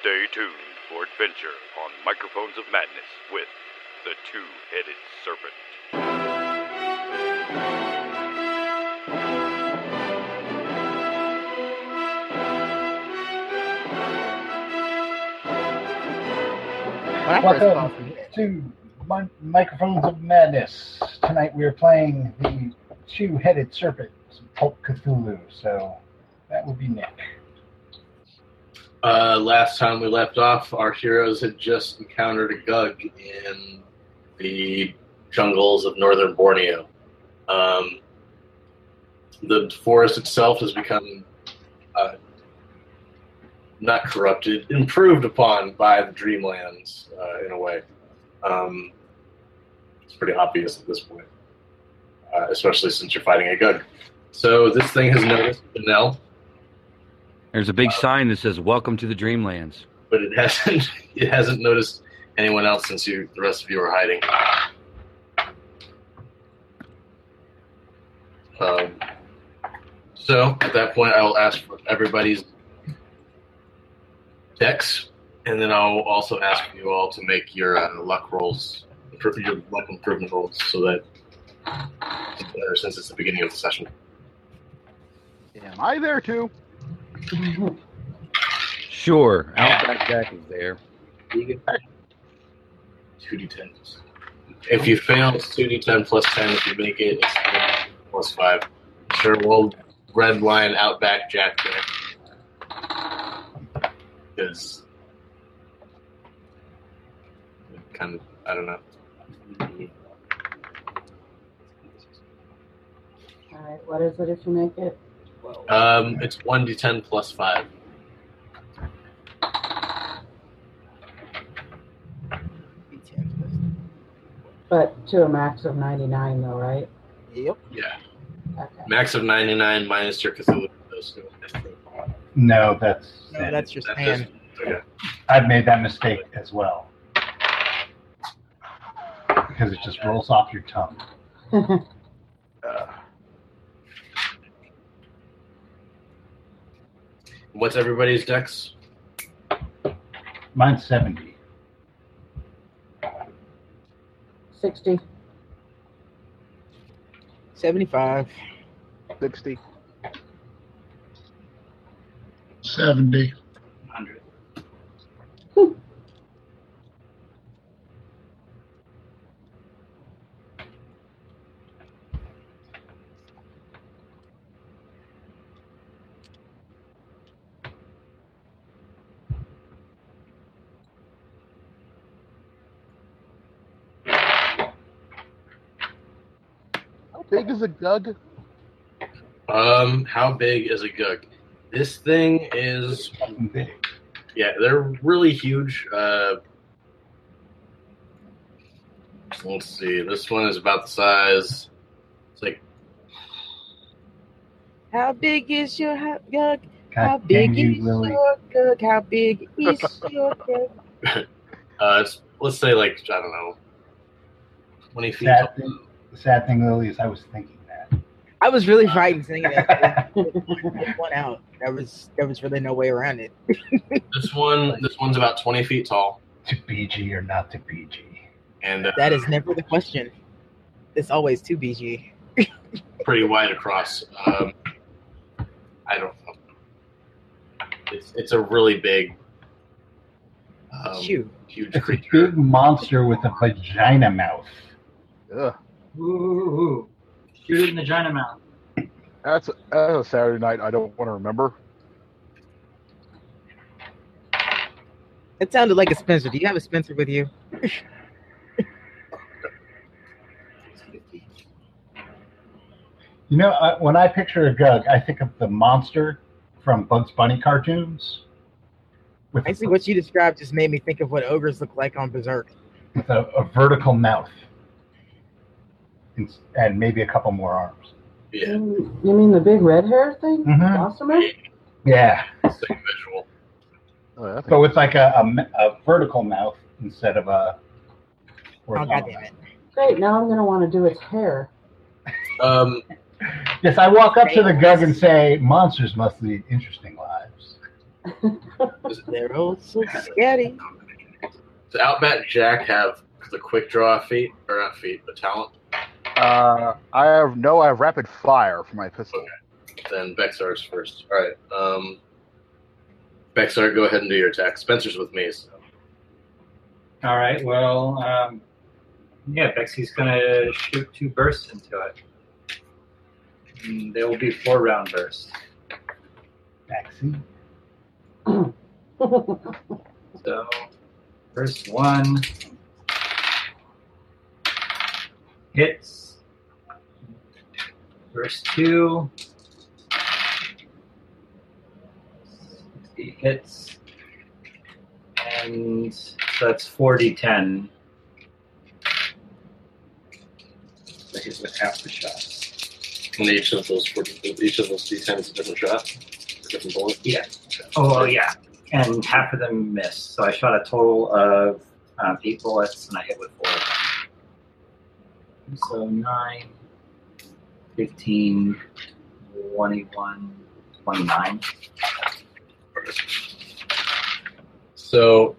Stay tuned for adventure on Microphones of Madness with the Two Headed Serpent. When I first Welcome coughed, to Mi- Microphones of Madness. Tonight we are playing the Two Headed Serpent, Pulp Cthulhu. So that would be Nick. Uh, last time we left off, our heroes had just encountered a gug in the jungles of northern Borneo. Um, the forest itself has become uh, not corrupted, improved upon by the Dreamlands uh, in a way. Um, it's pretty obvious at this point, uh, especially since you're fighting a gug. So this thing has noticed Benel, There's a big sign that says "Welcome to the Dreamlands." but it hasn't it hasn't noticed anyone else since you the rest of you are hiding. Um, so at that point, I will ask for everybody's decks, and then I'll also ask you all to make your uh, luck rolls, your luck improvement rolls, so that uh, since it's the beginning of the session. Am I there too? Sure, Outback Jack is there. 2d10. If you fail, it's 2d10 plus 10. If you make it, it's 10 plus 5. Sure, we'll red line outback Jack there. Because. Kind of, I don't know. All right, what is it if you make it? Um, it's 1d10 plus 5. But to a max of 99, though, right? Yep. Yeah. Okay. Max of 99 minus your Cthulhu. No, that's No, that's just That hand. doesn't- Okay. I've made that mistake as well because it just rolls off your tongue. What's everybody's dex? Mine's seventy. 60. 75. 60. 70. 100. How big is a gug? Um, how big is a gug? This thing is Fucking big. yeah, they're really huge. Uh, let's see, this one is about the size. It's like How big is your ho- gug? God How dang big you, is Lily. your gug? How big is your gug? uh, it's, let's say like I don't know, twenty feet. That tall. thing- The sad thing, Lily, is I was thinking that. I was really fighting thinking that it went out. There was there was really no way around it. This one, this one's about twenty feet tall, To BG or not to BG. and uh, That is never the question. It's always 2BG. pretty wide across. Um, I don't know. It's it's a really big, um, Phew. huge It's a creature. big monster with a vagina mouth. Ugh, Ooh, shoot it in the vagina mouth. that's, that's a Saturday night I don't want to remember. It sounded like a Spencer. Do you have a Spencer with you? You know, I, when I picture a Gug, I think of the monster from Bugs Bunny cartoons with, Actually, what you described just made me think of what ogres look like on Berserk. with a, a vertical mouth and, s- and maybe a couple more arms. Yeah. You mean- you mean the big red hair thing? Mhm. Gossamer? Yeah, same visual. Uh, that but with like a, a m- a vertical mouth instead of a. Oh, horizontal God damn it. Great, now I'm going to want to do its hair. Um, mouth. Yes, I walk up to the Gug and say, "Monsters must lead interesting lives." They're all so scary. Does Outback Jack have the quick draw feat or not feat, the talent? Uh, I have no. I have rapid fire for my pistol. Then Bexar's first. All right. Um, Bexar, go ahead and do your attack. Spencer's with me. So. All right. Well, um, yeah, Bexy's gonna shoot two bursts into it. And they will be four round bursts. Maxi. So, first one hits. First two he hits, and so that's 40-10. That hits with half the shots. And each of those four, each of those d10 is a different shot, a different bullet. Yeah. Oh yeah, and half of them missed. So I shot a total of um, eight bullets, and I hit with four of them. So 9, 15, 21, 29. So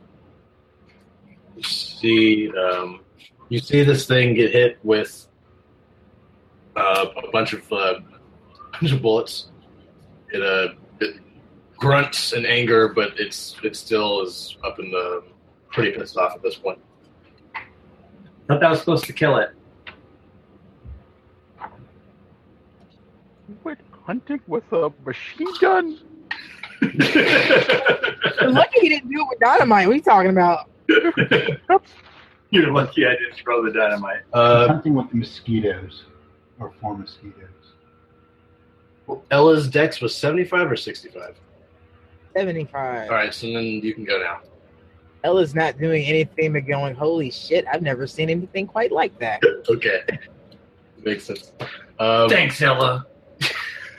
you see, um, you see this thing get hit with uh, a bunch of uh, bunch of bullets. It, uh, it grunts in anger, but it's it still is up in the pretty pissed off at this point. Thought that was supposed to kill it. You went hunting with a machine gun. I'm lucky he didn't do it with dynamite. What are you talking about? You're lucky I didn't throw the dynamite. Uh, Something with the mosquitoes or four mosquitoes. Ella's dex was seventy five or sixty five. 75. All right, so then you can go now. Ella's not doing anything but going, holy shit, I've never seen anything quite like that. Okay, makes sense. Um, Thanks, Ella.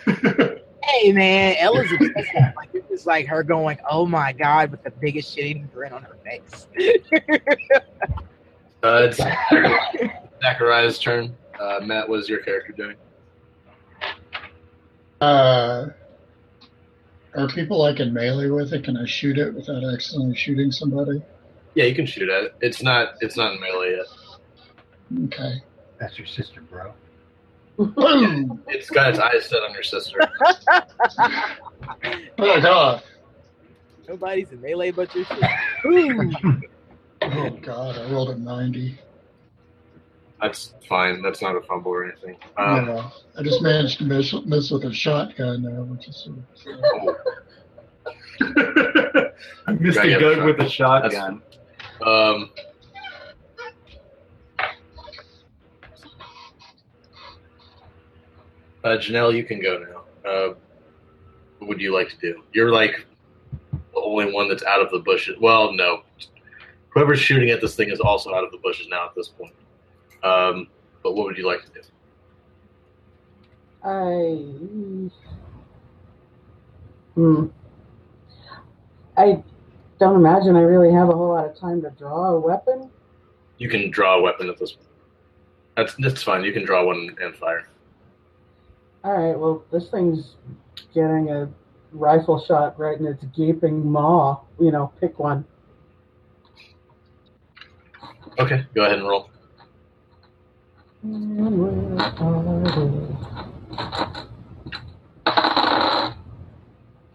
hey, man, Ella's expensive. like, this is like her going, oh my God, with the biggest shit eating grin on her face. Uh, it's Zachariah's turn. Uh, Matt, what is your character doing? Uh, are people like in melee with it? Can I shoot it without accidentally shooting somebody? Yeah, you can shoot at it. It's not. It's not in melee yet. Okay. Oh, That's your sister, bro. Boom! It's got its eyes set on your sister. Fuck off. Nobody's in melee but your shit. Ooh. Oh god, I rolled a 90. That's fine. That's not a fumble or anything. Um, yeah, I just managed to miss, miss with a shotgun there, which is. I missed Yeah, a yeah, gun sure. with a shotgun. Um, uh, Janelle, you can go now. Uh, what would you like to do? You're like the only one that's out of the bushes. Well, no. Whoever's shooting at this thing is also out of the bushes now at this point. Um, but what would you like to do? I. Hmm. I don't imagine I really have a whole lot of time to draw a weapon. You can draw a weapon at this point. That's, that's fine. You can draw one and fire. All right, well, this thing's getting a rifle shot right in its gaping maw. You know, pick one. Okay, go ahead and roll. And where are they?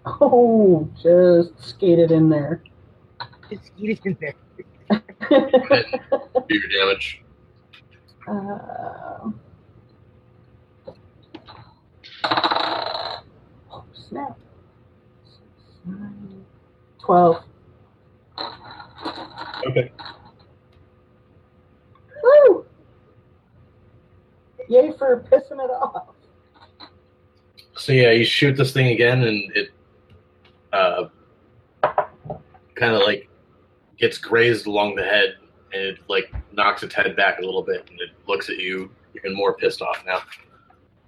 Oh, just skated in there. Just eat it in there. Do your damage. Uh, Um, oh, snap. Six, nine, Twelve. Okay. Woo! Yay for pissing it off. So yeah, you shoot this thing again, and it uh, kind of like gets grazed along the head, and it like knocks its head back a little bit, and it looks at you even more pissed off now.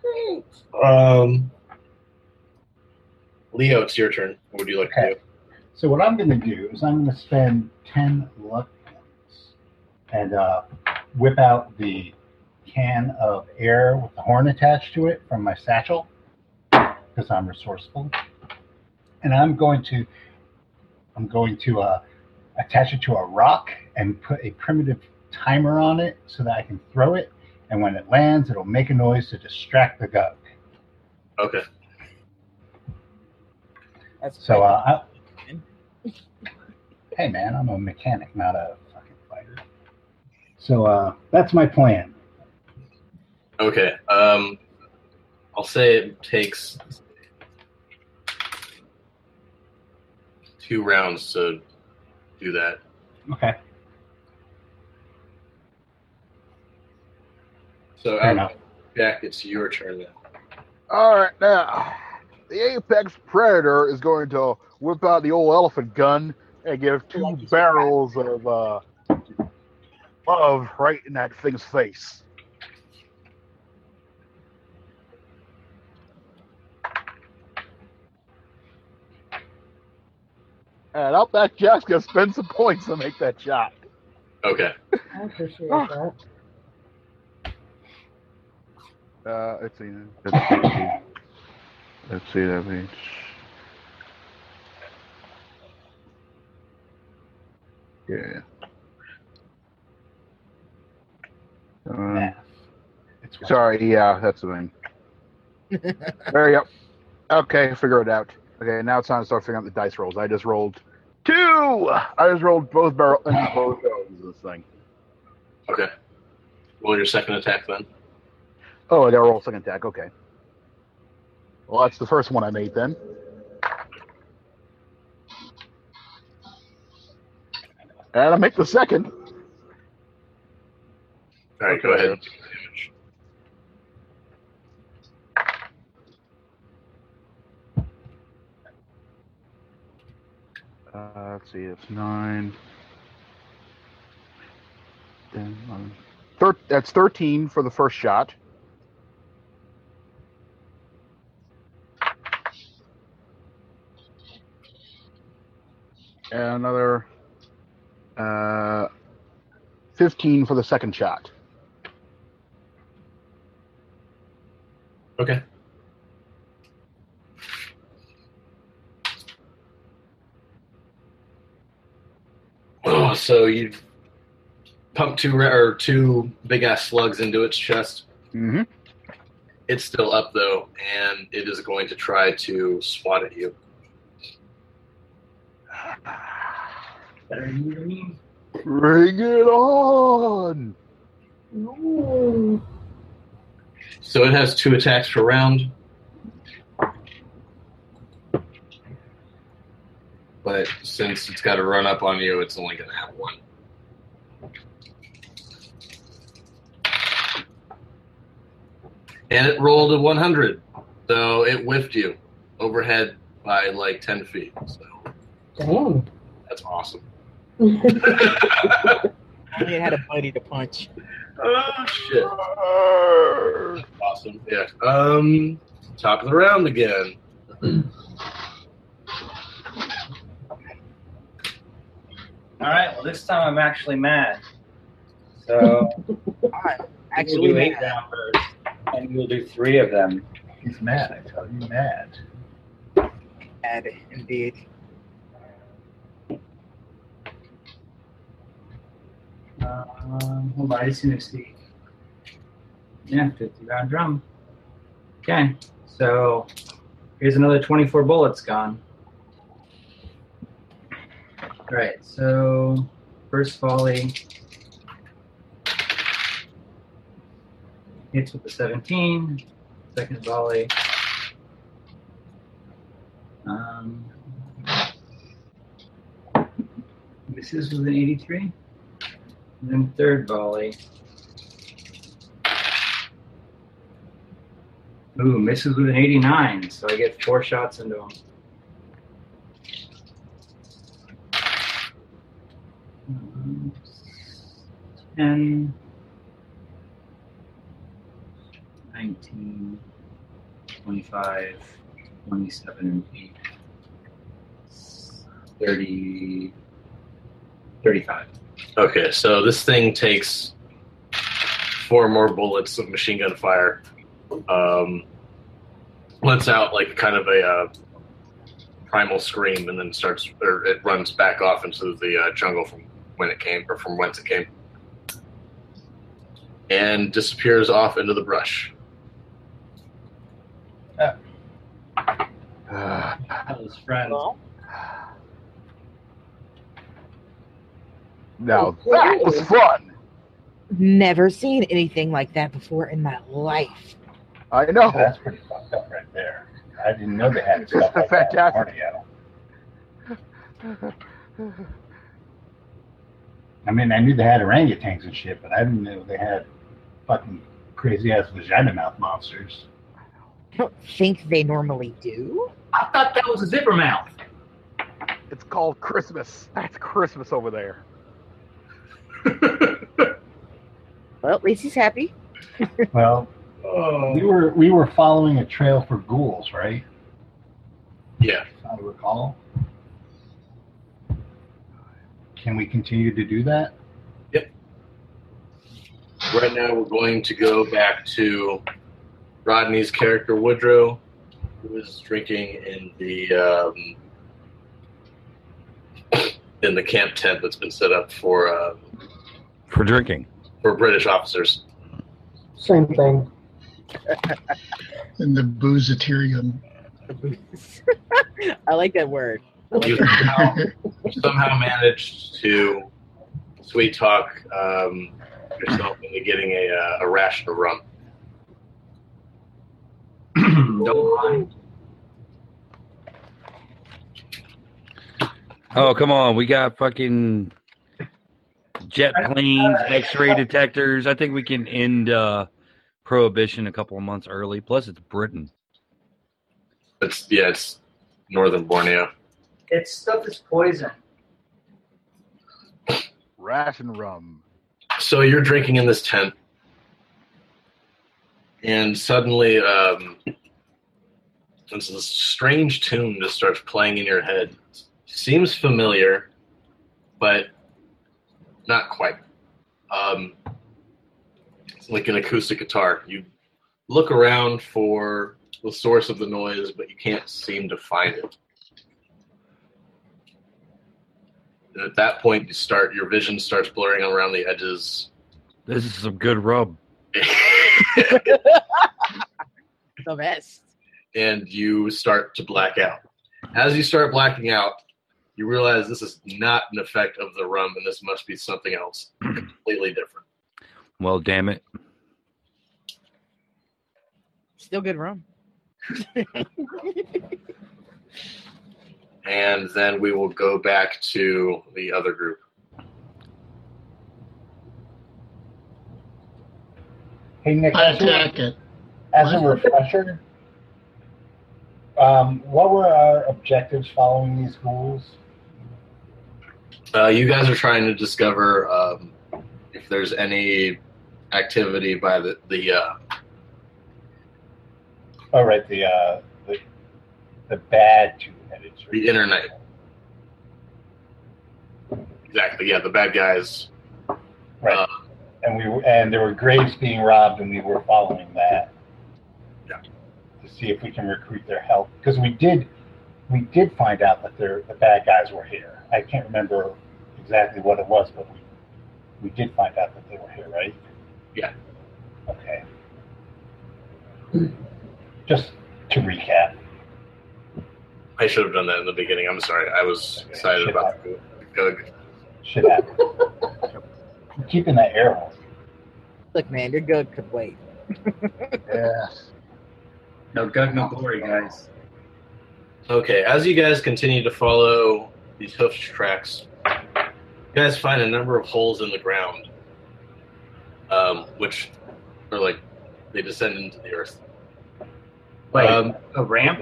Great. Um, Leo, it's your turn. What would you like to do? So what I'm going to do is I'm going to spend ten luck points and uh, whip out the can of air with the horn attached to it from my satchel because I'm resourceful, and I'm going to I'm going to uh, attach it to a rock and put a primitive timer on it so that I can throw it. And when it lands, it'll make a noise to distract the gug. Okay. That's So, uh, I- hey man, I'm a mechanic, not a fucking fighter. So uh, that's my plan. Okay. Um, I'll say it takes two rounds to do that. Okay. So, Fair um, enough. Jack, it's your turn now. All right, now the apex predator is going to whip out the old elephant gun and give two barrels of uh, love right in that thing's face. And I'll bet Jack's gonna spend some points to make that shot. Okay. I appreciate that. Uh, let's see. Let's see. Let's see that means. Yeah. Um, Sorry, yeah, that's the thing. there you go. Okay, figure it out. Okay, now it's time to start figuring out the dice rolls. I just rolled two. I just rolled both barrel into both barrels of this thing. Okay. Roll your second attack then. Oh, I got to roll second attack. Okay. Well, that's the first one I made then. And I make the second. All right, go ahead. Uh, let's see, it's nine. Ten, eleven. Thir- that's 13 for the first shot. And another uh, 15 for the second shot. Okay. Oh, so you pump two ra- or two big ass slugs into its chest. Mm-hmm. It's still up though, and it is going to try to swat at you. Bring it on! So it has two attacks per round. But since it's got to run up on you, it's only going to have one. And it rolled a 100, so it whiffed you overhead by like 10 feet. So Dang. that's awesome. Only it had a buddy to punch. Oh shit! Awesome. Yeah. Um. Top of the round again. All right. Well, this time I'm actually mad. So actually we'll do eight mad. down first, and we'll do three of them. uh, He's mad. I tell you, mad. Bad, indeed. Um, hold on, I just need to see. Yeah, 50 round drum. Okay, so here's another 24 bullets gone. All right, so first volley hits with the 17. Second volley. Um, misses with an 83. And then third volley. Ooh, misses with an 89, so I get four shots into him. Um, 10, 19, 25, 27, 8, 30, 35. Okay, so this thing takes four more bullets of machine gun fire. Um, lets out like kind of a uh, primal scream and then starts or it runs back off into the uh, jungle from when it came or from whence it came and disappears off into the brush. Those friends. Now that was fun. Never seen anything like that before in my life. I know. That's pretty fucked up right there. I didn't know they had stuff like that. Fantastic. in Borneo. I mean, I knew they had orangutans and shit, but I didn't know they had fucking crazy ass vagina mouth monsters. I don't think they normally do. I thought that was a zipper mouth. It's called Christmas. That's Christmas over there. Well, at least he's happy. Well, we were we were following a trail for ghouls, right? Yeah. If I recall. Can we continue to do that? Right now, we're going to go back to Rodney's character Woodrow, who is drinking in the um, in the camp tent that's been set up for uh, for drinking. for British officers. Same thing. in the boozaterium. I like that word. You somehow, somehow managed to sweet talk um, yourself into getting a, uh, a ration of rum. Don't mind. Oh, come on. We got fucking jet planes, x ray detectors. I think we can end uh, prohibition a couple of months early. Plus, it's Britain. It's yeah, it's northern Borneo. It's stuff is poison. Ration rum. So you're drinking in this tent, and suddenly, um, this this strange tune just starts playing in your head. Seems familiar, but not quite. Um, it's like an acoustic guitar. You look around for the source of the noise, but you can't seem to find it. And at that point, you start your vision starts blurring around the edges. This is some good rub. The best. and you start to black out. As you start blacking out, you realize this is not an effect of the rum, and this must be something else completely different. Well, damn it. Still good rum. And then we will go back to the other group. Hey Nick, I as a, attack it. as a refresher, um, what were our objectives following these ghouls? Uh, you guys are trying to discover um, if there's any activity by the the uh, Oh, right, the uh, the, the bad two-headed. the inner knight. Exactly. Yeah, the bad guys. Right. Uh, and we were, and there were graves being robbed, and we were following that. Yeah. To see if we can recruit their help, because we did, we did find out that they're, the bad guys were here. I can't remember exactly what it was, but we, we did find out that they were here, right? Yeah. Okay. Just to recap. I should have done that in the beginning. I'm sorry. I was excited about the Gug. Shit happened. I'm keeping that air horn. Look, man, your good could wait. Yes. No gug, no glory, guys. Okay, as you guys continue to follow these hoof tracks, you guys find a number of holes in the ground, um, which are like they descend into the earth. Like Um, a ramp.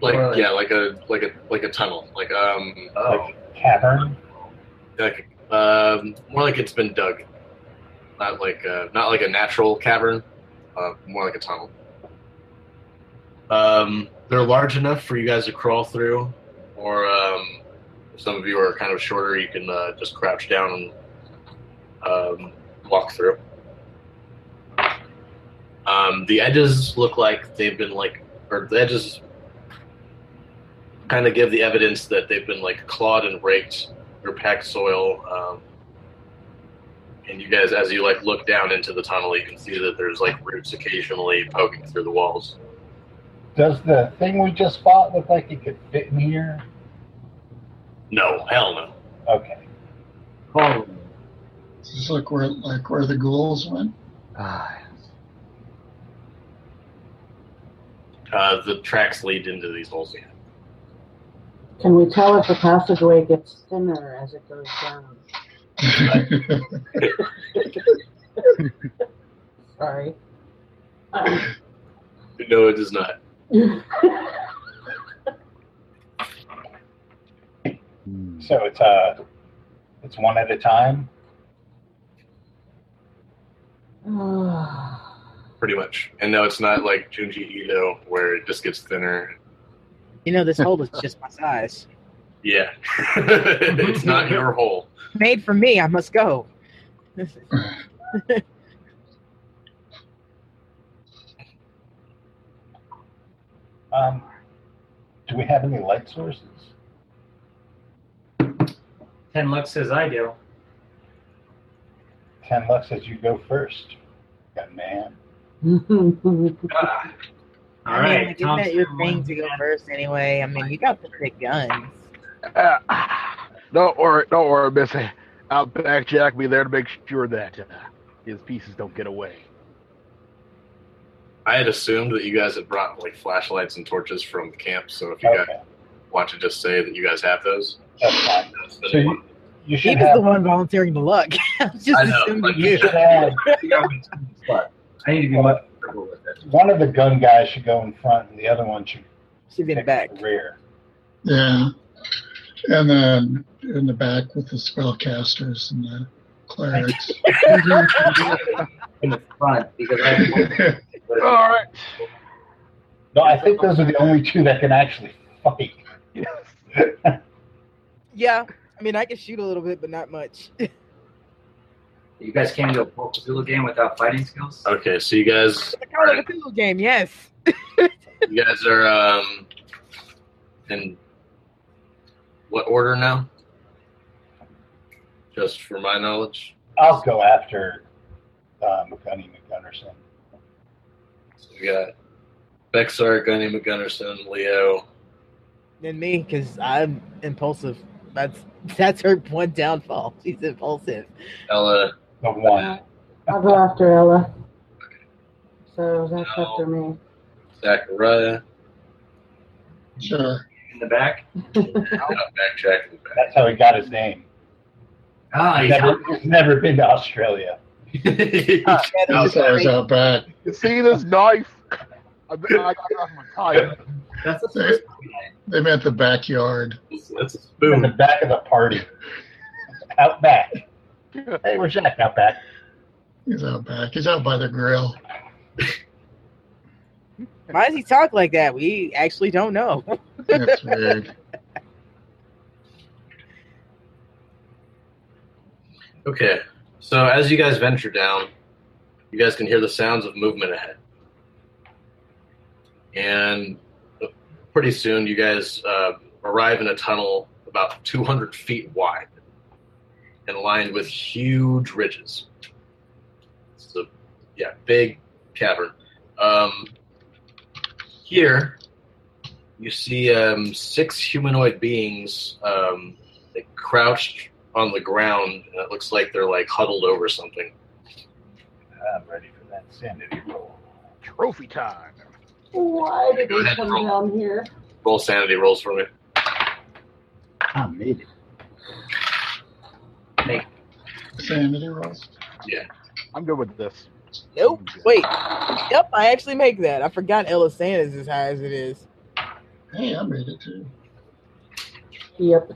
Like Or like- yeah, like a like a like a tunnel, like um, Oh, Cavern. like um, more like it's been dug, not like a, not like a natural cavern, uh, more like a tunnel. Um, they're large enough for you guys to crawl through, or um, if some of you are kind of shorter, you can uh, just crouch down and um, walk through. Um, the edges look like they've been like, or the edges kind of give the evidence that they've been like clawed and raked or packed soil. Um, and you guys, as you like look down into the tunnel, you can see that there's like roots occasionally poking through the walls. Does the thing we just fought look like it could fit in here? No, hell no. Okay. Oh, Does this look where, like where the ghouls went? Uh, the tracks lead into these holes. Yeah. Can we tell if the passageway gets thinner as it goes down? Sorry. No, it does not. Hmm. So it's uh, it's one at a time. Pretty much. And no, it's not like Junji Ito where it just gets thinner. You know, this hole is just my size. Yeah. it's not your hole. Made for me. I must go. Um, do we have any light sources? Ten Lux says I do. Ten Lux says you go first. Got man. Ah. All I mean, right, like, isn't Tom that your Stone thing wins. to go first anyway? I mean, you got the big guns. Don't worry, don't worry, Missy. Outback Jack will be there to make sure that uh, his pieces don't get away. I had assumed that you guys had brought like flashlights and torches from the camp, so if you guys want to just say that you guys have those. That's fine. that's the- So you, He you should was the have. one volunteering to look. I was just I know, assuming like, you. You should have. I need to be much careful with it. One of the gun guys should go in front, and the other one should Should be in the pick back. the rear. Yeah. And then in the back with the spellcasters and the clerics. Mm-hmm. in the front because I All right. No, I think those are the only two that can actually fight. Yes. Yeah, I mean, I can shoot a little bit, but not much. you guys came to a Paul Cthulhu game without fighting skills. Okay, so you guys oh, the Call of Cthulhu game, yes. you guys are um in what order now? Just for my knowledge. I'll go after uh, McGunny McGunnerson. So we got Bexar, Gunny McGunnerson, Leo, Than me, because I'm impulsive. That's that's her one downfall. She's impulsive. Ella. The Uh-huh. one. I'll go after Ella. So that's after me. Zachariah, sure. In the back. Outback Jack in the back. That's how he got his name. Ah, He's he's never, he's never been to Australia. That's always out back. You see this knife? I, I got it off my tire. that's the first one. They meant the backyard. That's a In the spoon. back of the party. Out back. Hey, we're Jack out back. He's out back. He's out by the grill. Why does he talk like that? We actually don't know. That's weird. Okay. So as you guys venture down, you guys can hear the sounds of movement ahead. And pretty soon you guys uh, arrive in a tunnel about 200 feet wide and lined with huge ridges. So, yeah, big cavern. Um, here, you see um, six humanoid beings um, like, crouched on the ground, and it looks like they're like huddled over something. I'm ready for that sanity roll. Trophy time. Why did Go we ahead, come roll. down here? Roll sanity rolls for me. I made it. Sanity rolls. I'm good with this. Oh, Nope. Wait. Yep, I actually make that. I forgot Ella Sand is as high as it is. Hey, I made it too. Yep.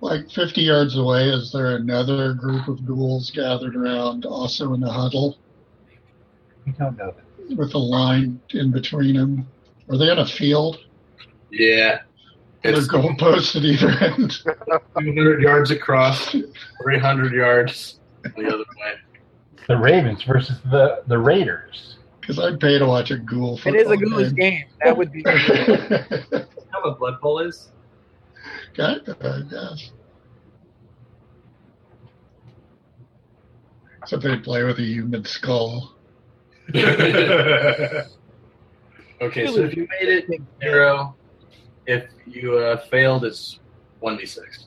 Like 50 yards away, is there another group of ghouls gathered around, also in a huddle, You don't know that. with a line in between them? Are they in a field? Yeah. Are there It's goalposts at either end? 200 yards across, 300 yards the other way. The Ravens versus the, the Raiders. Because I'd pay to watch a ghoul. It is a football ghoulish game. game. That would be. How a blood bowl is? Kind of, I guess. Except they play with a human skull. Okay, so if you made it zero, if you uh, failed, it's one d six.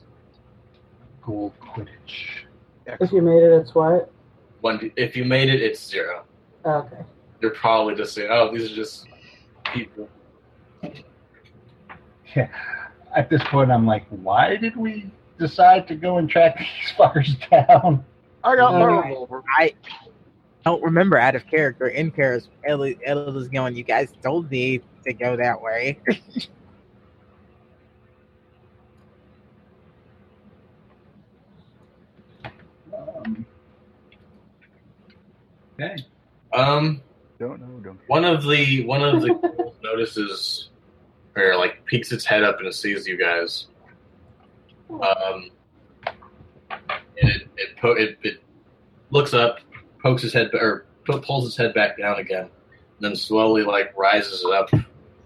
Ghoul Quidditch. If you made it, it's what? One. D- if you made it, it's zero. Okay. They're probably just saying, "Oh, these are just people." Yeah. At this point, I'm like, why did we decide to go and track these fuckers down? I got my Alright. revolver. I don't remember out of character. In character, Ellie, Ellie was going, You guys told me to go that way. Um, Okay. Um, Don't know. Don't. one of the one of the ghouls notices or like peeks its head up and it sees you guys. Um, and it it, po- it it looks up, pokes his head or pu- pulls his head back down again, and then slowly like rises up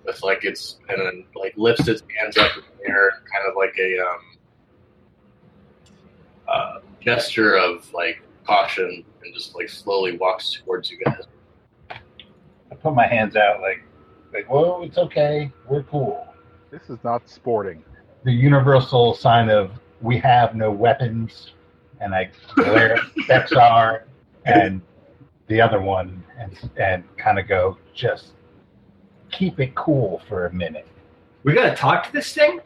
with like its and then like lifts its hands up in the air, kind of like a um, uh, gesture of like caution, and just like slowly walks towards you guys. I put my hands out like, like, whoa, it's okay. We're cool. This is not sporting. The universal sign of we have no weapons, and I glare at Bexar and the other one, and and kind of go just keep it cool for a minute. We gotta talk to this thing.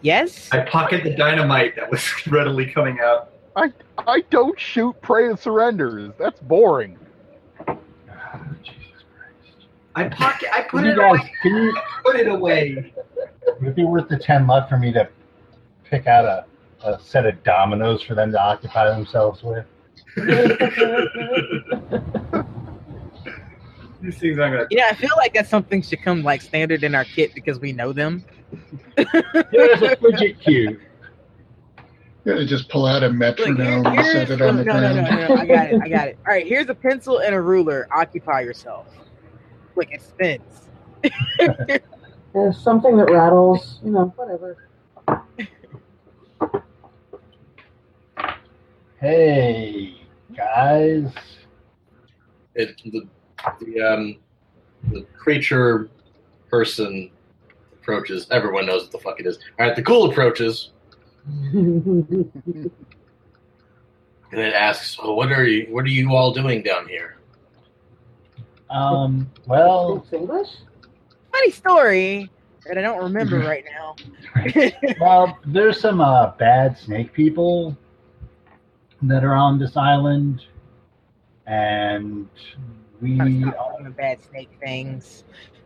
Yes? I pocket the dynamite that was readily coming out. I I don't shoot prey and surrenders. That's boring. I pocket. I put Can you it guys- away. can you- Put it away. Would it be worth the ten luck for me to pick out a, a set of dominoes for them to occupy themselves with? These things aren't gonna. You know, I feel like that's something should come like standard in our kit because we know them. Here's a fidget cube. You gotta just pull out a metronome and set it on no, the no, no, ground. no, no, I got it. I got it. All right, here's a pencil and a ruler. Occupy yourself. Look, it spins. There's something that rattles, you know, whatever. Hey guys, it the, the um the creature person approaches. Everyone knows what the fuck it is. All right, the ghoul approaches and it asks, "Well, what are you? What are you all doing down here?" um, well, Speaks English? Funny story that I don't remember Mm-hmm. right now. well, there's some uh, bad snake people that are on this island, and we Gotta stop doing the bad snake things.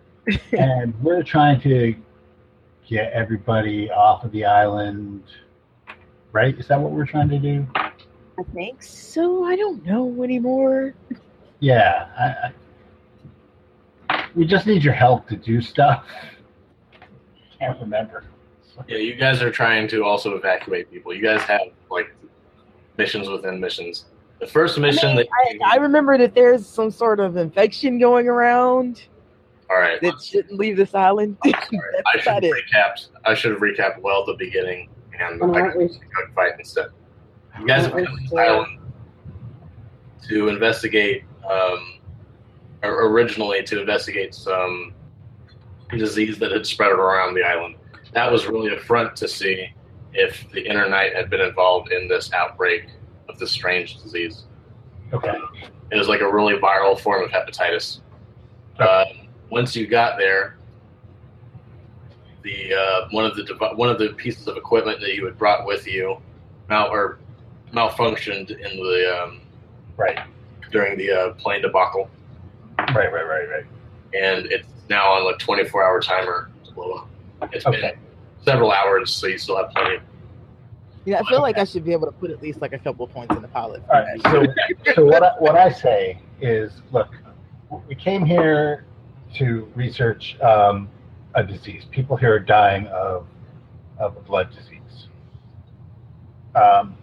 and we're trying to get everybody off of the island. Right? Is that what we're trying to do? I think so. I don't know anymore. Yeah. I, I, we just need your help to do stuff. Can't remember. Yeah, you guys are trying to also evacuate people. You guys have like missions within missions. The first mission that I, I remember that there's some sort of infection going around all right, that shouldn't leave this island. I should about it. recap. I should have recapped well at the beginning and I Why don't we- got fight instead. You guys have come why to don't we- this island to investigate, um, or originally to investigate some disease that had spread around the island. That was really a front to see if the Inner Knight had been involved in this outbreak of this strange disease. Okay. It was like a really viral form of hepatitis. Um, once you got there, the uh, one of the devi- one of the pieces of equipment that you had brought with you, mal- or malfunctioned in the um, Right. during the uh, plane debacle, Right. Right. Right. Right. and it's now on a 24 hour timer to blow up. It's Okay. been several hours, so you still have plenty. Of- Yeah, I feel like I should be able to put at least like a couple of points in the pilot. for All right. that. So, so what I, what I say is, look, we came here to research um, a disease. People here are dying of of a blood disease. Um,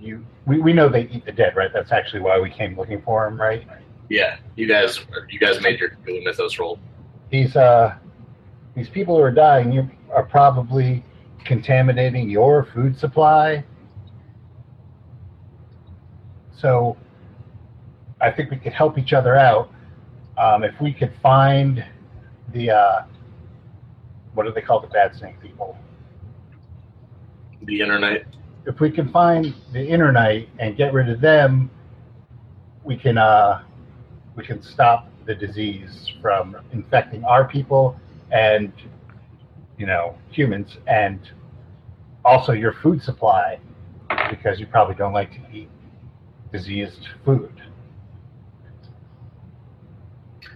you, we, we know they eat the dead, right? That's actually why we came looking for them, right? Yeah, you guys, you guys made your Google Mythos roll. These uh, these people who are dying you are probably contaminating your food supply. So I think we could help each other out um, if we could find the uh, what do they call the bad snake people? The internet. If we can find the internet and get rid of them, we can uh, we can stop the disease from infecting our people and you know humans and also your food supply because you probably don't like to eat diseased food.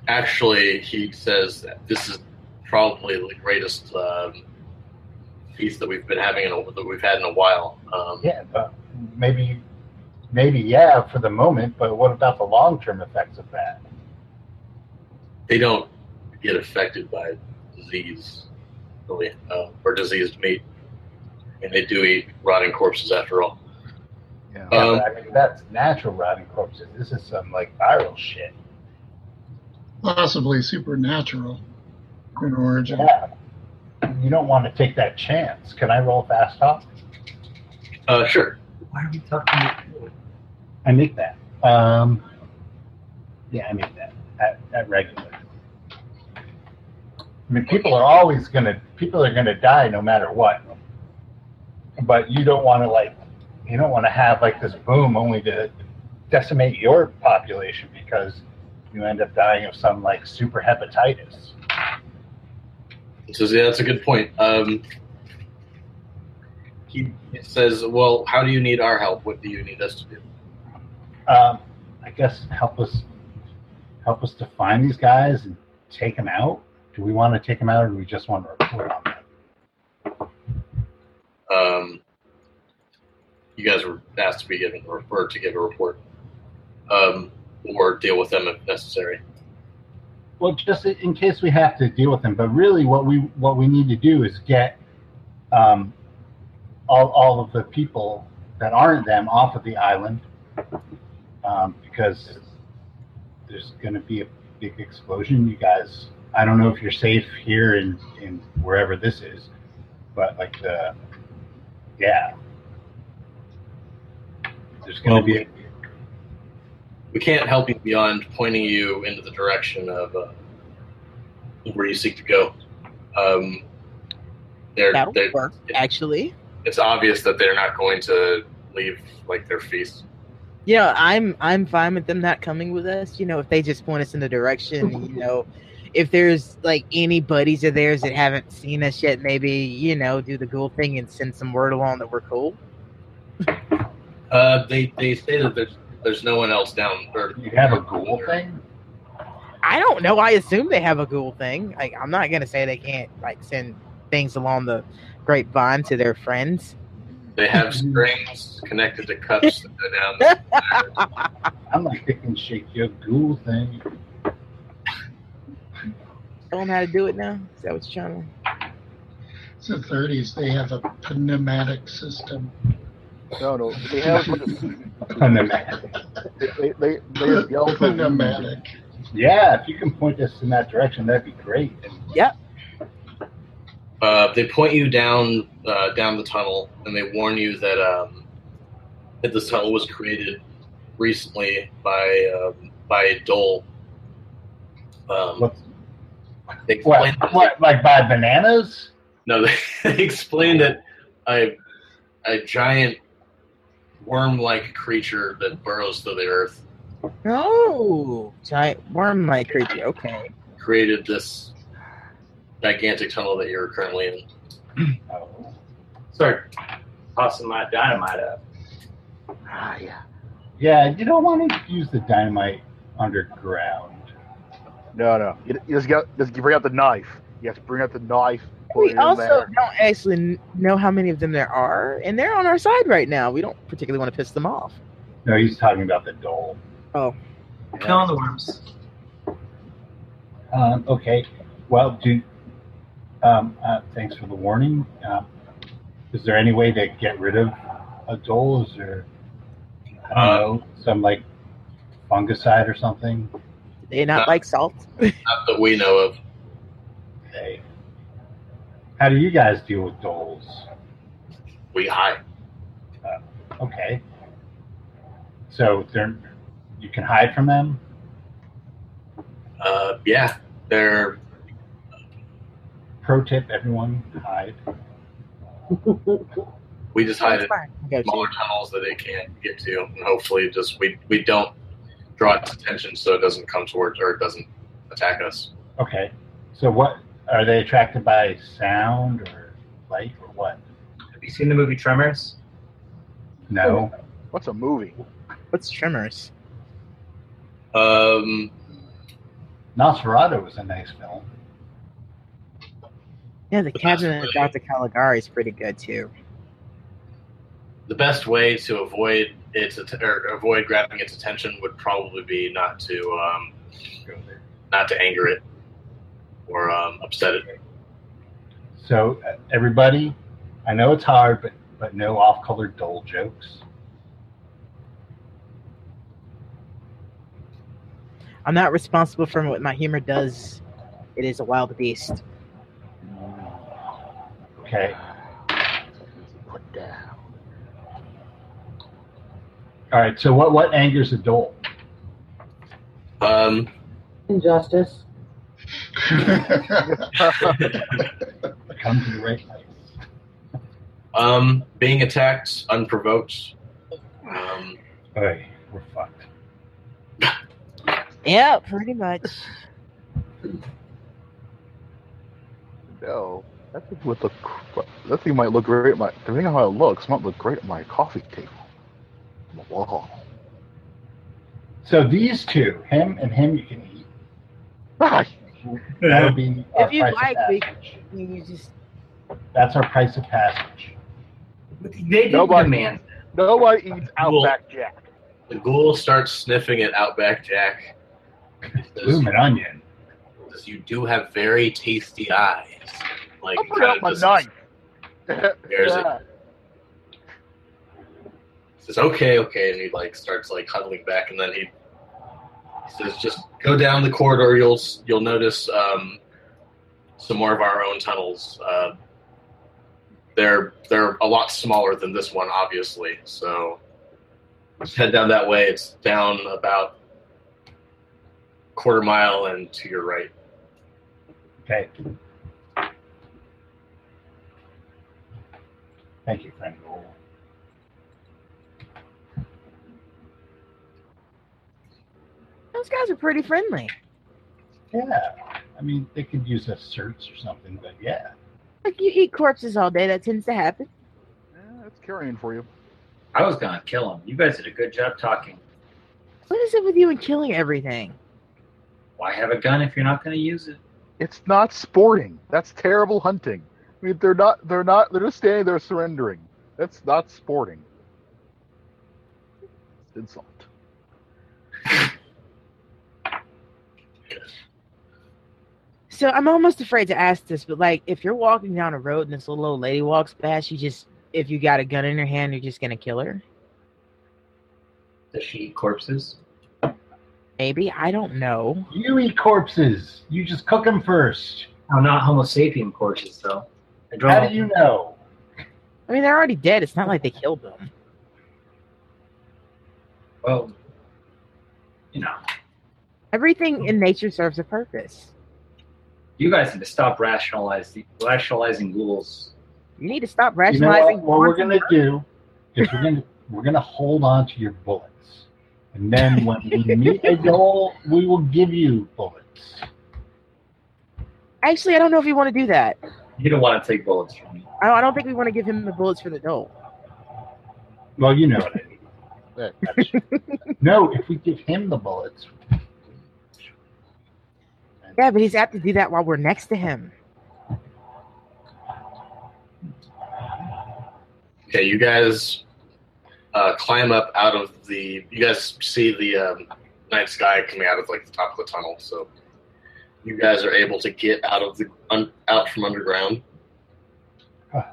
Actually, he says that this is probably the greatest um, feast that we've been having in a, that we've had in a while. Um, Yeah, but maybe maybe yeah for the moment, but what about the long term effects of that? They don't get affected by disease, really, uh, or diseased meat, and they do eat rotting corpses after all. Yeah, Um, but I mean that's natural rotting corpses. This is some like viral shit. Possibly supernatural in origin. Yeah. You don't want to take that chance. Can I roll fast talk? Uh, sure. Why are we talking? about- I make that. Um, yeah, I make that at, at regular. I mean, people are always gonna people are gonna die no matter what. But you don't want to like you don't want to have like this boom only to decimate your population because you end up dying of some like super hepatitis. He says, "Yeah, that's a good point." Um, he says, "Well, how do you need our help? What do you need us to do?" Um, I guess help us help us to find these guys and take them out. Do we want to take them out, or do we just want to report on them? Um, you guys were asked to be given or to give a report, um, or deal with them if necessary. Well, just i- in case we have to deal with them, but really, what we what we need to do is get um, all all of the people that aren't them off of the island, um, because there's going to be a big explosion. You guys, I don't know if you're safe here in in wherever this is, but like the yeah, there's going to be. A, We can't help you beyond pointing you into the direction of uh, where you seek to go. Um, they're, That'll they're, work, actually. it's obvious that they're not going to leave like their feast. You know, I'm I'm fine with them not coming with us. You know, if they just point us in the direction, you know, if there's like any buddies of theirs that haven't seen us yet, maybe you know, do the cool thing and send some word along that we're cool. Uh, they they say that there's there's no one else down. Or, you have a ghoul thing? I don't know. I assume they have a cool thing. Like, I'm not gonna say they can't like send things along the grapevine to their friends. They have strings connected to cups that go down. the- I'm like they can shake your ghoul thing. Tell them how to do it now. Is that what you're trying to? It's the 30s. They have a pneumatic system. No, no. They have. they, they, they have yelled for pneumatic. Yeah, if you can point us in that direction, that'd be great. Yep. Uh, they point you down uh, down the tunnel, and they warn you that um, that this tunnel was created recently by um, by a dole. Um, they What, explain what, like buy bananas? no, they, they explain that a a giant worm-like creature that burrows through the earth Oh, giant worm-like creature. Okay. created this gigantic tunnel that you're currently in. Oh. Start tossing my dynamite up. Ah, yeah. Yeah, you don't want to use the dynamite underground. No, no. You, you just got just bring out the knife. You have to bring out the knife. put it We in also there. don't actually kn- know how many of them there are, and they're on our side right now. We don't particularly want to piss them off. No, he's talking about the dole. Oh, Killing the worms. Um, okay. Well, do. Um, uh, thanks for the warning. Um, is there any way to Uh, get rid of a dole? Is there I don't know, some like fungicide or something. They not like salt. Not that we know of. Hey. How do you guys deal with doles? We hide. Okay. So they're you can hide from them. Uh, yeah, they're Pro tip, everyone hide. we just hide That's fine. I in got you. smaller tunnels that they can't get to, and hopefully, just we we don't draw its attention so it doesn't come towards or it doesn't attack us. Okay. So what are they attracted by sound or light or what? Have you seen the movie Tremors? No. What's a movie? What's Tremors? Um, Nosferatu was a nice film. Yeah, the cabinet of Dr. Caligari is pretty good too. the best way to avoid its att- or avoid grabbing its attention would probably be not to um, not to anger it or um, upset it. So uh, everybody, I know it's hard, but but no off-color dole jokes. I'm not responsible for what my humor does. It is a wild beast. Okay. Put down. All right. So what what angers a dole? Um, Injustice. Come to the right place. um, being attacked unprovoked. Um, Hey, we're fucked. Yeah, pretty much. No, that thing would look. That thing might look great. At my depending on how it looks, might look great at my coffee table. On the wall. So these two, him and him, you can eat. That would be our If you price of like, pass- we you just that's our price of passage. They didn't demand. Nobody eats Outback Jack. the ghoul starts sniffing at Outback Jack. He says, Bloom an onion. says, "You do have very tasty eyes." Like I'll put kind out of my just knife. There's it. Yeah. says, "Okay, okay," and he like starts like huddling back, and then he, he says, "Just go down the corridor. You'll s- you'll notice um, some more of our own tunnels. Uh, they're they're a lot smaller than this one, obviously. So just head down that way. It's down about quarter mile and to your right. Okay. Thank you, friend. Dole. those guys are pretty friendly. Yeah, I mean they could use a search or something, but yeah. Like you eat corpses all day, that tends to happen. Yeah, That's carrying for you. I was gonna kill him. You guys did a good job talking. What is it with you and killing everything? Why have a gun if you're not gonna use it? It's not sporting. That's terrible hunting. I mean, they're not. They're not. They're just standing there surrendering. That's not sporting. It's an insult. So I'm almost afraid to ask this, but like if you're walking down a road and this little old lady walks past, you just if you got a gun in your hand, you're just gonna kill her? Does she eat corpses? Maybe. I don't know. You eat corpses. You just cook them first. I'm not Homo sapien corpses though. I draw How do you know? I mean they're already dead. It's not like they killed them. well, you know, Everything in nature serves a purpose. you guys need to stop rationalizing rationalizing ghouls. You need to stop You know what? rationalizing. what we're quantum gonna do is we're gonna we're gonna hold on to your bullets, and then when we meet a goal, we will give you bullets. Actually, I don't know if you want to do that. You don't want to take bullets from me. I I don't think we want to give him the bullets for the dole. Well, you know it. There. No, if we give him the bullets, Yeah, but he's apt to do that while we're next to him. Okay, you guys uh, climb up out of the. You guys see the um, night sky coming out of like the top of the tunnel, so you guys are able to get out of the un, out from underground, Huh.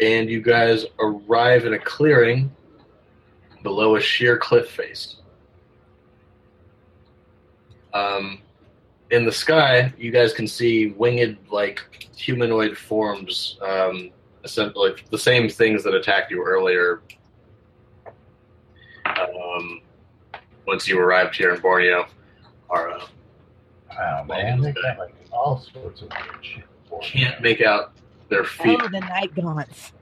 and you guys arrive in a clearing below a sheer cliff face. Um, in the sky, you guys can see winged, like humanoid forms. Um, essentially, the same things that attacked you earlier. Um, once you arrived here in Borneo, are uh, Wow, man, they got like all sorts of weird shit. can't make out their feet. Oh, the night gaunts.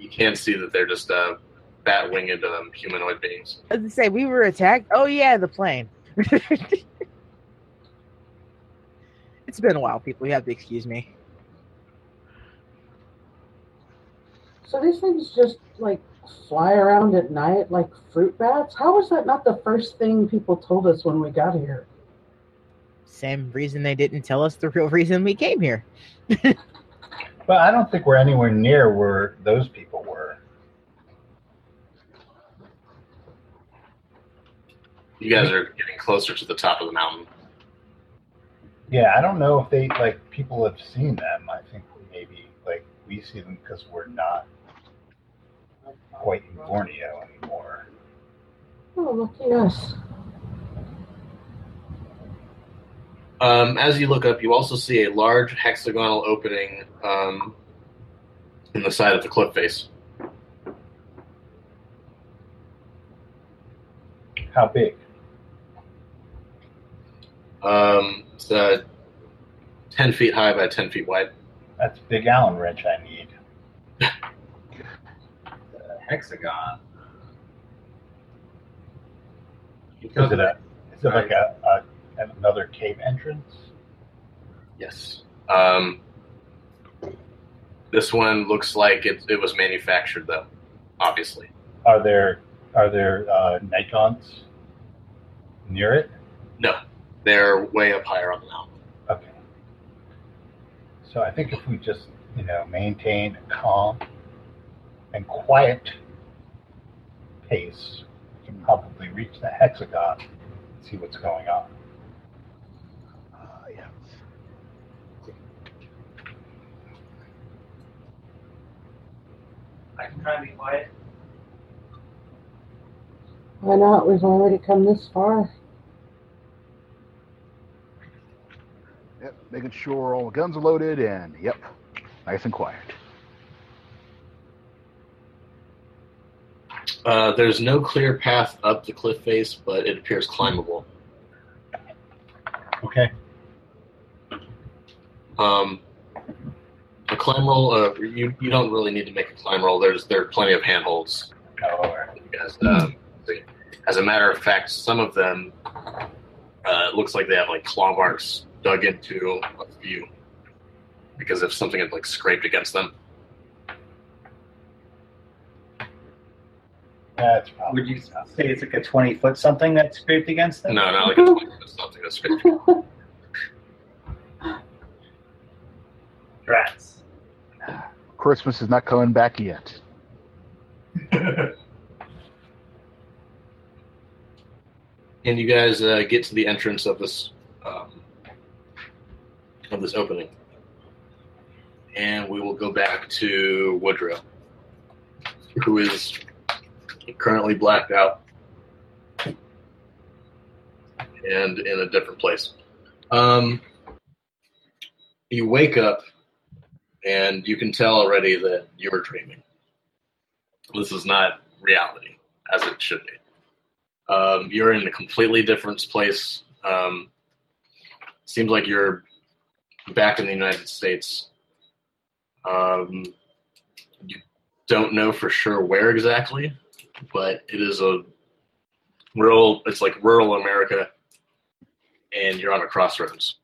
You can't see that they're just uh, bat winged um, humanoid beings. I was gonna say we were attacked. Oh yeah, the plane. it's been a while, people. You have to excuse me. So these things just like fly around at night like fruit bats. How was that not the first thing people told us when we got here? Same reason they didn't tell us the real reason we came here. But I don't think we're anywhere near where those people were. You guys are getting closer to the top of the mountain. Yeah, I don't know if they like people have seen them. I think maybe like we see them because we're not quite in Borneo anymore. Oh, lucky us. Um, as you look up, you also see a large hexagonal opening um, in the side of the cliff face. How big? Um, it's uh, 10 feet high by 10 feet wide. That's a big Allen wrench I need. hexagon. Is it, a, is it like a, a another cave entrance? Yes. Um, this one looks like it, it was manufactured, though, obviously. Are there are there uh, Nikons near it? No, they're way up higher on the mountain. Okay. So I think if we just you know maintain a calm and quiet pace, we can probably reach the hexagon and see what's going on. I can try and be quiet. Why not? We've already come this far. Yep, making sure all the guns are loaded and yep, nice and quiet. Uh, there's no clear path up the cliff face, but it appears climbable. Okay. Um, a climb roll. Uh, you you don't really need to make a climb roll. There's there are plenty of handholds. You guys, um, as a matter of fact, some of them uh, it looks like they have like claw marks dug into a few because if something had like scraped against them. That's probably Would you say it's like a 20 foot something that scraped against No, them? not like a point, but something that scraped. Rats. Christmas is not coming back yet. And you guys uh, get to the entrance of this um, of this opening, and we will go back to Woodrow, who is currently blacked out and in a different place. Um, you wake up, and you can tell already that you're dreaming. This is not reality as it should be um, you're in a completely different place. Um, seems like you're back in the United States. Um, you don't know for sure where exactly, but it is a rural. It's like rural America, and you're on a crossroads.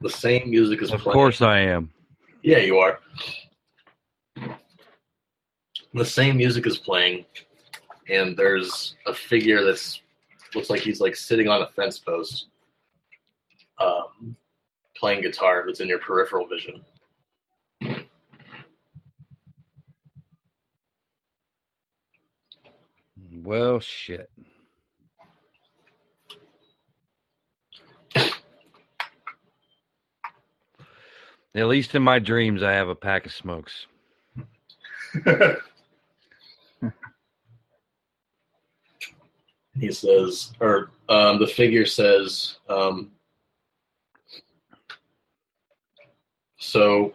The same music is Of playing. course I am. Yeah, you are. The same music is playing, and there's a figure that's looks like he's like sitting on a fence post, um, playing guitar. That's in your peripheral vision. Well, shit. At least in my dreams, I have a pack of smokes. He says, or um, the figure says, um, So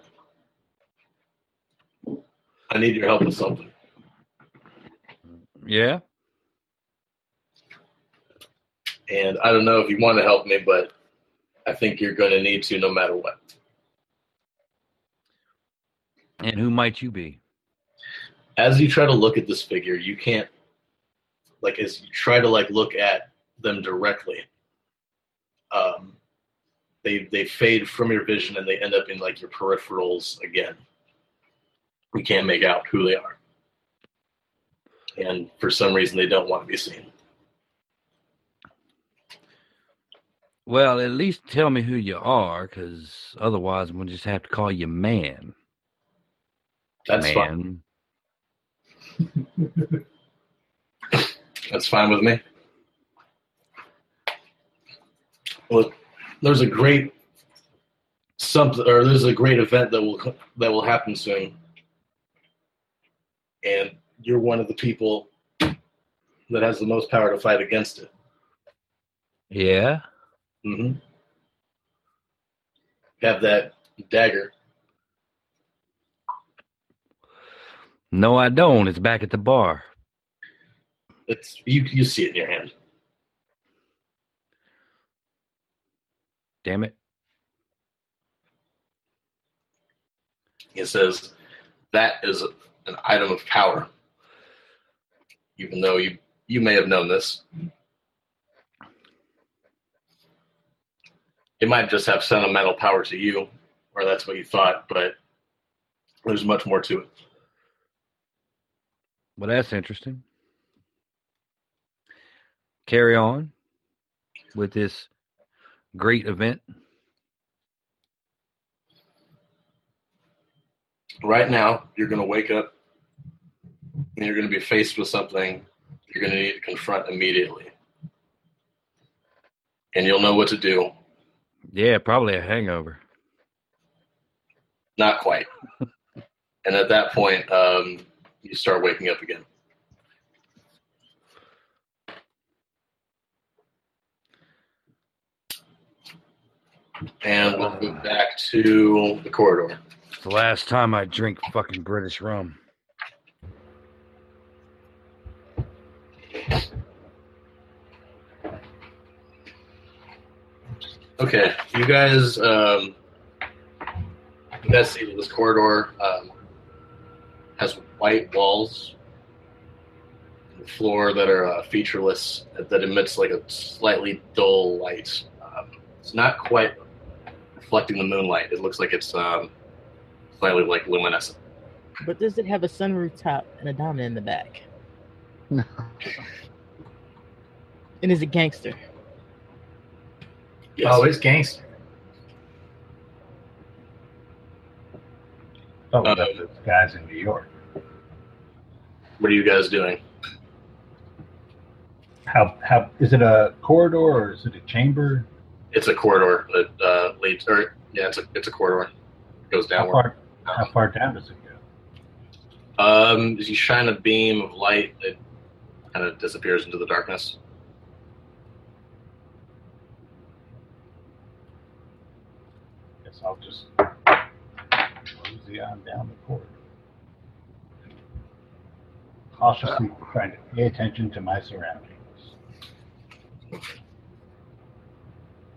I need your help with something. Yeah. And I don't know if you want to help me, but I think you're going to need to no matter what. And who might you be? As you try to look at this figure, you can't, like, as you try to, like, look at them directly, um, they they fade from your vision and they end up in like your peripherals again. You can't make out who they are, and for some reason they don't want to be seen. Well, at least tell me who you are, because otherwise I'm gonna just have to call you man. That's man. fine. That's fine with me. Look, there's a great something or there's a great event that will that will happen soon and you're one of the people that has the most power to fight against it yeah mm-hmm have that dagger no i don't it's back at the bar it's you you see it in your hand damn it. He says, that is an item of power. Even though you, you may have known this, it might just have sentimental power to you, or that's what you thought, but there's much more to it. Well, that's interesting. Carry on with this great event? Right now, you're going to wake up and you're going to be faced with something you're going to need to confront immediately. And you'll know what to do. Yeah, probably a hangover. Not quite. and at that point, um, you start waking up again. And we'll move back to the corridor. It's the last time I drink fucking British rum. Okay, you guys, um, you guys see that this corridor um, has white walls and floor that are uh, featureless, that emits like a slightly dull light. Um, it's not quite reflecting the moonlight. It looks like it's um, slightly like luminescent. But does it have a sunroof top and a diamond in the back? and is it gangster? Yes. Oh, it's gangster. Oh, uh, those guys in New York. What are you guys doing? How how is it a corridor or is it a chamber? it's a corridor that uh, leads, or yeah, it's a it's a corridor. It goes downward. How far, how far down does it go? Um, as you shine a beam of light, it kind of disappears into the darkness. Guess I'll just mosey on down the corridor, cautiously trying to pay attention to my surroundings. Does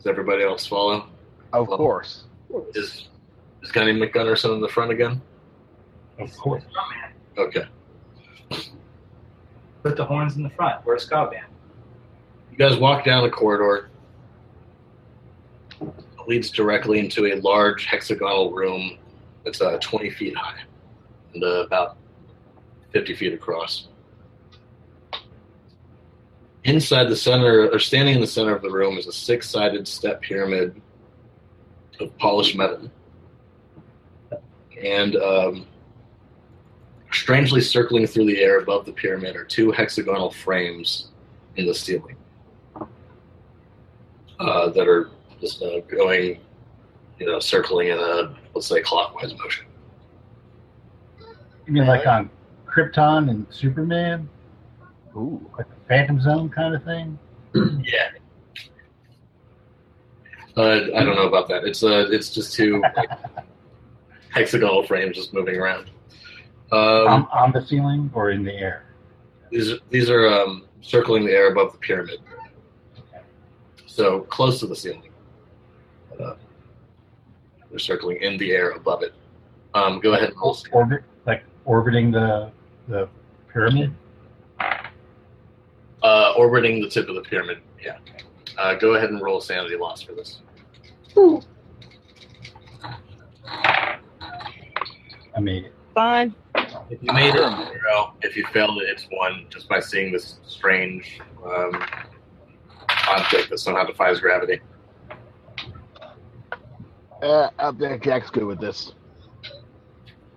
everybody else follow? Of well, course. Is is Gunny McGunnerson in the front again? Of course. Okay. Put the horns in the front. We're a ska band. You guys walk down the corridor. It leads directly into a large hexagonal room. It's uh, 20 feet high and uh, about 50 feet across. Inside the center, or standing in the center of the room, is a six sided step pyramid of polished metal. And um, strangely circling through the air above the pyramid are two hexagonal frames in the ceiling uh, that are just uh, going, you know, circling in a, let's say, clockwise motion. You mean like on Krypton and Superman? Ooh. Like the Phantom Zone kind of thing? yeah. Uh, I don't know about that. It's uh, it's just two like, hexagonal frames just moving around. on, Um, on the ceiling or in the air? these these are um, circling the air above the pyramid, so close to the ceiling. Uh, they're circling in the air above it. Um, go ahead and roll. Orbit, like orbiting the the pyramid? Uh, orbiting the tip of the pyramid. Yeah. Uh, go ahead and roll a sanity loss for this. I mean, Fine. If you made it, zero. If you failed it, it's one. Just by seeing this strange um, object that somehow defies gravity. Uh, I bet Jack's good with this.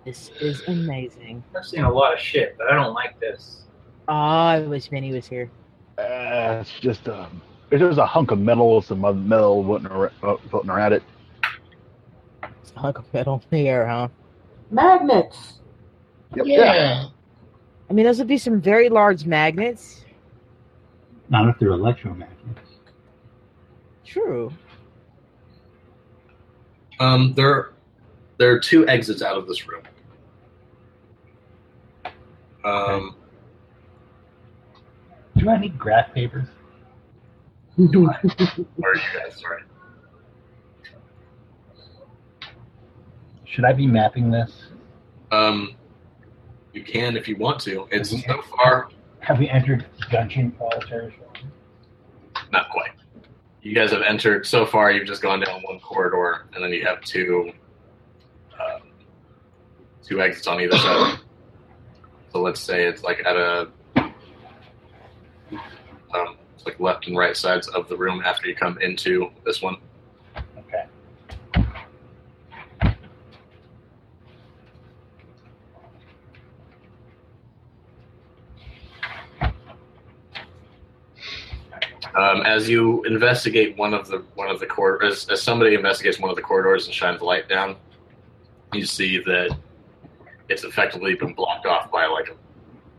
This is amazing. I've seen a lot of shit, but I don't like this. Oh, I wish Minnie was here. Uh, it's just a. It's just a hunk of metal with some other metal floating ar- uh, floating around it. It's a hunk of metal in the air, huh? Magnets. Yep. Yeah. I mean, those would be some very large magnets. Not if they're electromagnets. True. Um, there, there are two exits out of this room. Um, Do I need graph papers? do I? Where are you guys? Sorry. Should I be mapping this? Um, you can if you want to. It's so far Have we entered dungeon planetary? not quite. You guys have entered so far. You've just gone down one corridor, and then you have two, um, two exits on either side. So let's say it's like at a, um, it's like left and right sides of the room after you come into this one. Okay. Um, as you investigate one of the one of the corridors, as, as somebody investigates one of the corridors and shines the light down, you see that it's effectively been blocked off by like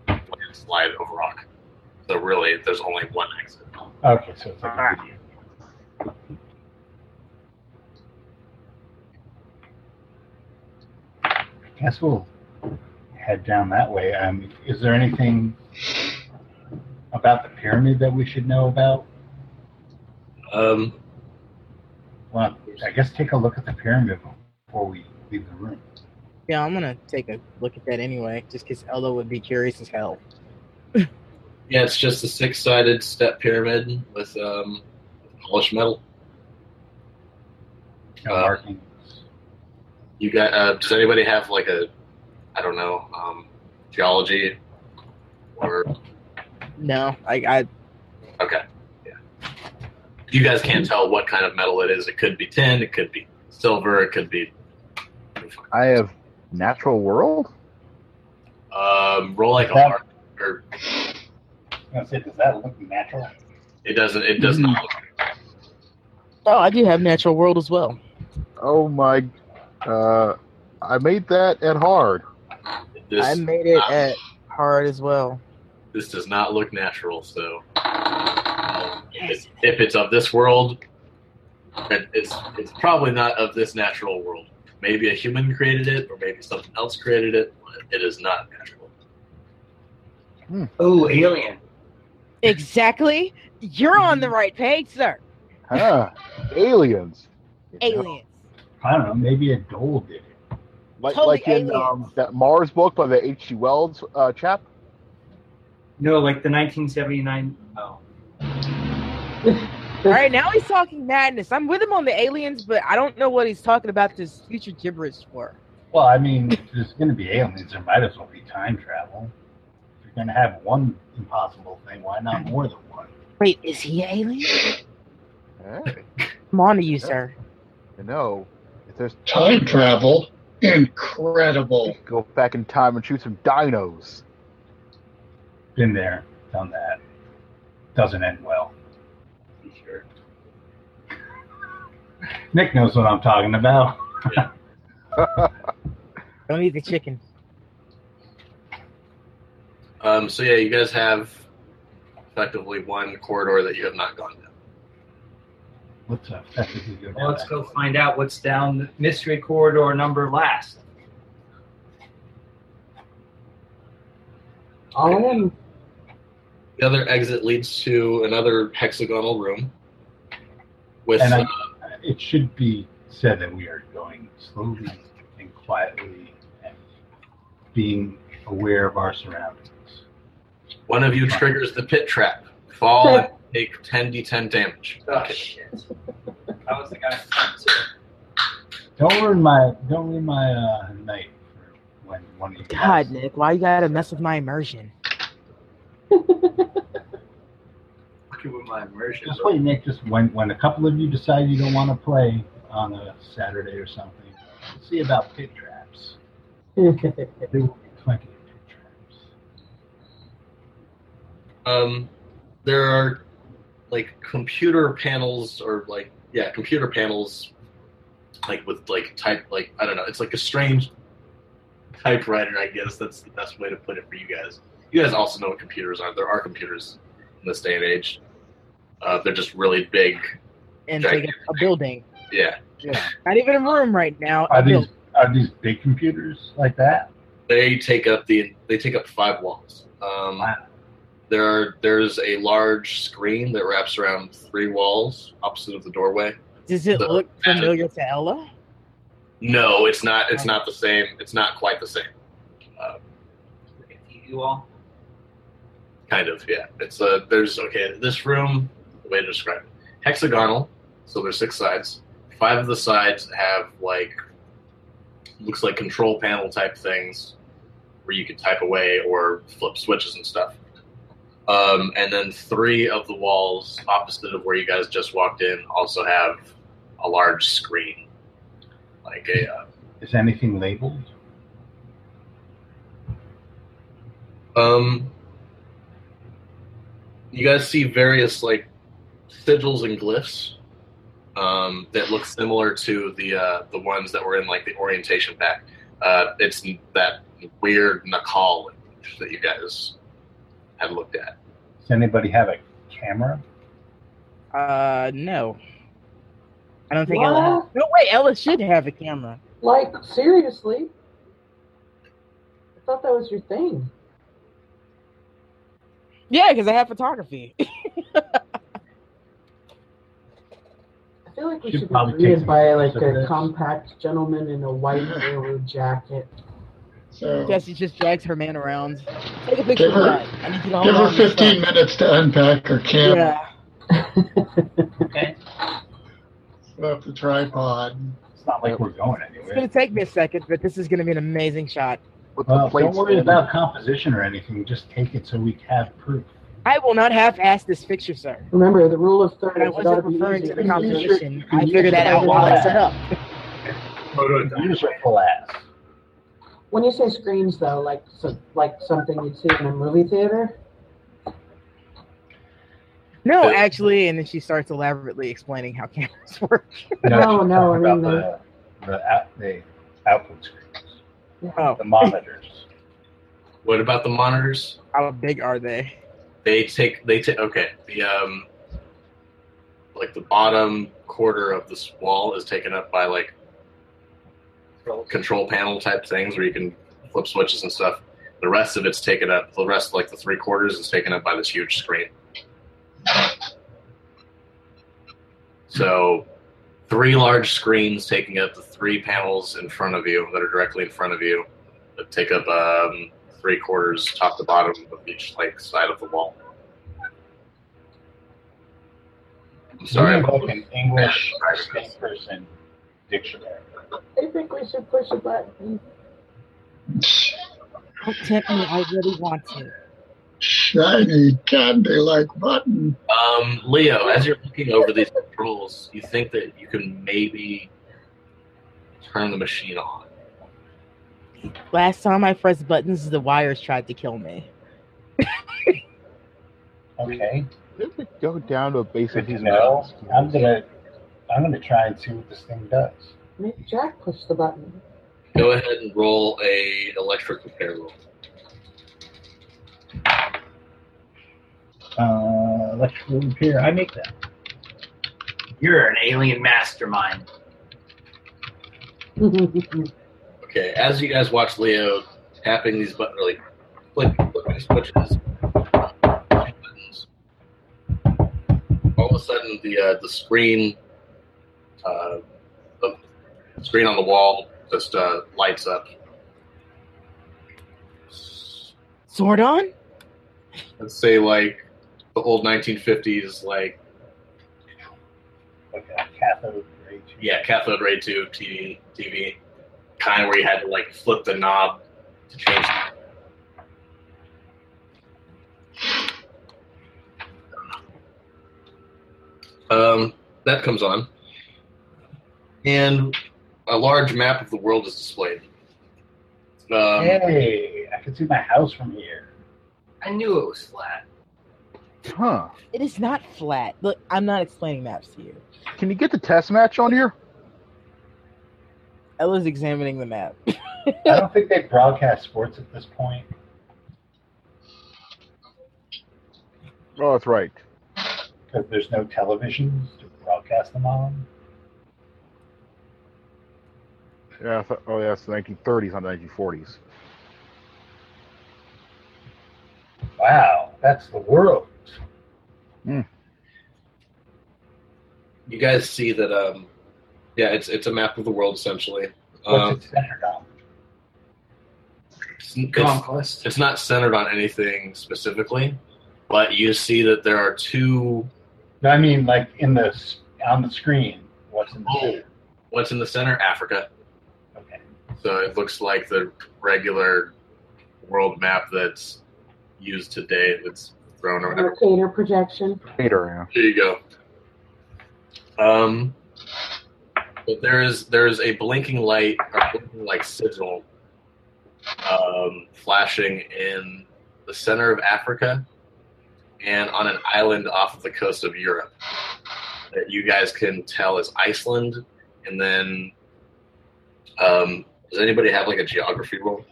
a landslide of rock. So really, there's only one exit. Okay, so it's like a video. Guess we'll head down that way. Um, is there anything about the pyramid that we should know about? Um, Well, I guess take a look at the pyramid before we leave the room. Yeah, I'm gonna take a look at that anyway, just because Ella would be curious as hell. yeah, it's just a six-sided step pyramid with um, polished metal. No Uh, markings. You got? Uh, does anybody have like a, I don't know, um, geology, or No, I, I Okay. Yeah. You guys can't tell what kind of metal it is. It could be tin. It could be silver. It could be. I have natural world. Um, roll like a That- hard. Or I was gonna say, does that look natural? it doesn't. It does not. Look, oh, I do have natural world as well. Oh my! Uh, I made that at hard. Mm-hmm. this I made it at hard as well. this does not look natural. So um, if, it's- if it's of this world, it, it's it's probably not of this natural world. Maybe a human created it, or maybe something else created it. But it is not natural. Oh, alien. Exactly. You're on the right page, sir. Mm. Huh? Aliens. Alien. I don't know. Maybe a dole did it. Like, Totally like in um, that Mars book by the H.G. Wells uh, chap. No, like the 1979. Oh. All right, now he's talking madness. I'm with him on the aliens, but I don't know what he's talking about this future gibberish for. Well, I mean, if there's going to be aliens, there might as well be time travel. If you're going to have one impossible thing, why not more than one? Wait, is he alien? Hey, I'm on to you, sir. you know, if there's Time travel, incredible. go back in time and shoot some dinos. Been there, done that. Doesn't end well. Sure. Nick knows what I'm talking about. Don't eat the chicken. Um, so yeah, you guys have respectively one corridor that you have not gone down. What's up? Well, let's go find out what's down the mystery corridor number last. All in. The other exit leads to another hexagonal room with And I, uh, it should be said that we are going slowly and quietly and being aware of our surroundings. one of you triggers the pit trap. Fall and take 10d10 damage. Oh, shit. I was the guy. Don't ruin my don't ruin my uh, night for when one of you guys- God, Nick, why you gotta mess with my immersion? Fucking with my immersion. Just bro. wait, Nick. Just when when a couple of you decide you don't want to play on a Saturday or something, see about pit traps. there will be plenty. Um, there are like computer panels or like yeah, computer panels like with like type like I don't know, it's like a strange typewriter, I guess that's the best way to put it for you guys. You guys also know what computers are. There are computers in this day and age. Uh, they're just really big. And they got a building. Yeah. Yeah. Not even a room right now. Are A these building. are these big computers like that? They take up the they take up five walls. Um, there are, there's a large screen that wraps around three walls opposite of the doorway. Does it The- look familiar to Ella? No, it's not. It's not the same. It's not quite the same. Uh, You all. kind of, yeah. It's a there's okay. This room, the way to describe it, hexagonal. So there's six sides. Five of the sides have like looks like control panel type things where you can type away or flip switches and stuff. Um, and then three of the walls opposite of where you guys just walked in also have a large screen, like a. Uh, Is anything labeled? Um, you guys see various like sigils and glyphs um, that look similar to the uh, the ones that were in like the orientation pack. Uh, it's that weird Nakal language that you guys have looked at. Does anybody have a camera? Uh, no. I don't think Ella. No, wait, Ella should have a camera. Like seriously? I thought that was your thing. Yeah, because I have photography. I feel like we Should should be probably take greeted some by like pictures of a this. compact gentleman in a white railroad jacket. Jesse just drags her man around. Take a picture Give of her- that. I need you to hold Give her on to this 15 phone. minutes to unpack her camera. Yeah. Set up the tripod. It's not like we're going It's gonna anywhere. take me a second, but this is gonna be an amazing shot. Well, don't worry about composition or anything. Just take it so we have proof. I will not half ass this picture, sir. Remember the rule of third But I is it ought wasn't be referring easy to the use. composition. I use figured that it out as while well. I set up. Use your full ass. When you say screens though, like so, like something you'd see in a movie theater. No, actually, and then she starts elaborately explaining how cameras work. No, no, I About mean the, the, the, out, the output screens, Oh, the monitors. What about the monitors? how big are they? They take they take okay the um like the bottom quarter of this wall is taken up by like control panel type things where you can flip switches and stuff. The rest of it's taken up. The rest like the three quarters is taken up by this huge screen. So three large screens taking up the three panels in front of you that are directly in front of you that take up um, three quarters top to bottom of each like side of the wall. I'm sorry. We need, I'm- like an English person dictionary. I think we should push a button. Don't tempt me. I really want to. Shiny candy like button. Um, Leo, as you're looking over these controls, you think that you can maybe turn the machine on. Last time I pressed buttons, the wires tried to kill me. Okay. Did we go down to a basic? No, I'm gonna, I'm gonna try and see what this thing does. Make Jack push the button. Go ahead and roll a electric repair roll. Uh, electrical repair. I make that. You're an alien mastermind. Okay, as you guys watch Leo tapping these buttons, really flick, flick these switches, buttons, all of a sudden the uh, the screen, uh, the screen on the wall just uh, lights up. Sword on? Let's say like the old 1950s, like Like a cathode ray tube. yeah, cathode ray tube TV, TV, kind of where you had to like flip the knob to change. Um, that comes on, and a large map of the world is displayed. Um, hey, I can see my house from here. I knew it was flat. Huh. It is not flat. Look, I'm not explaining maps to you. Can you get the test match on here? Ella's examining the map. I don't think they broadcast sports at this point. Oh, that's right. because there's no televisions to broadcast them on. Yeah. I thought, oh, yeah. It's the 1930s, not the 1940s. Wow, that's the world. you guys see that? Um, yeah, it's it's a map of the world essentially. What's Um, it centered on? It's, it's, it's not centered on anything specifically, but you see that there are two. No, I mean, like in the s- on the screen. What's in the center? oh, What's in the center? Africa. Okay. So it looks like the regular world map that's used today that's thrown or whatever. Mercator projection. Peter, There you go. Um, but there is there is a blinking light, or blinking like sigil, um, flashing in the center of Africa, and on an island off of the coast of Europe that you guys can tell is Iceland. And then, um, does anybody have like a geography roll?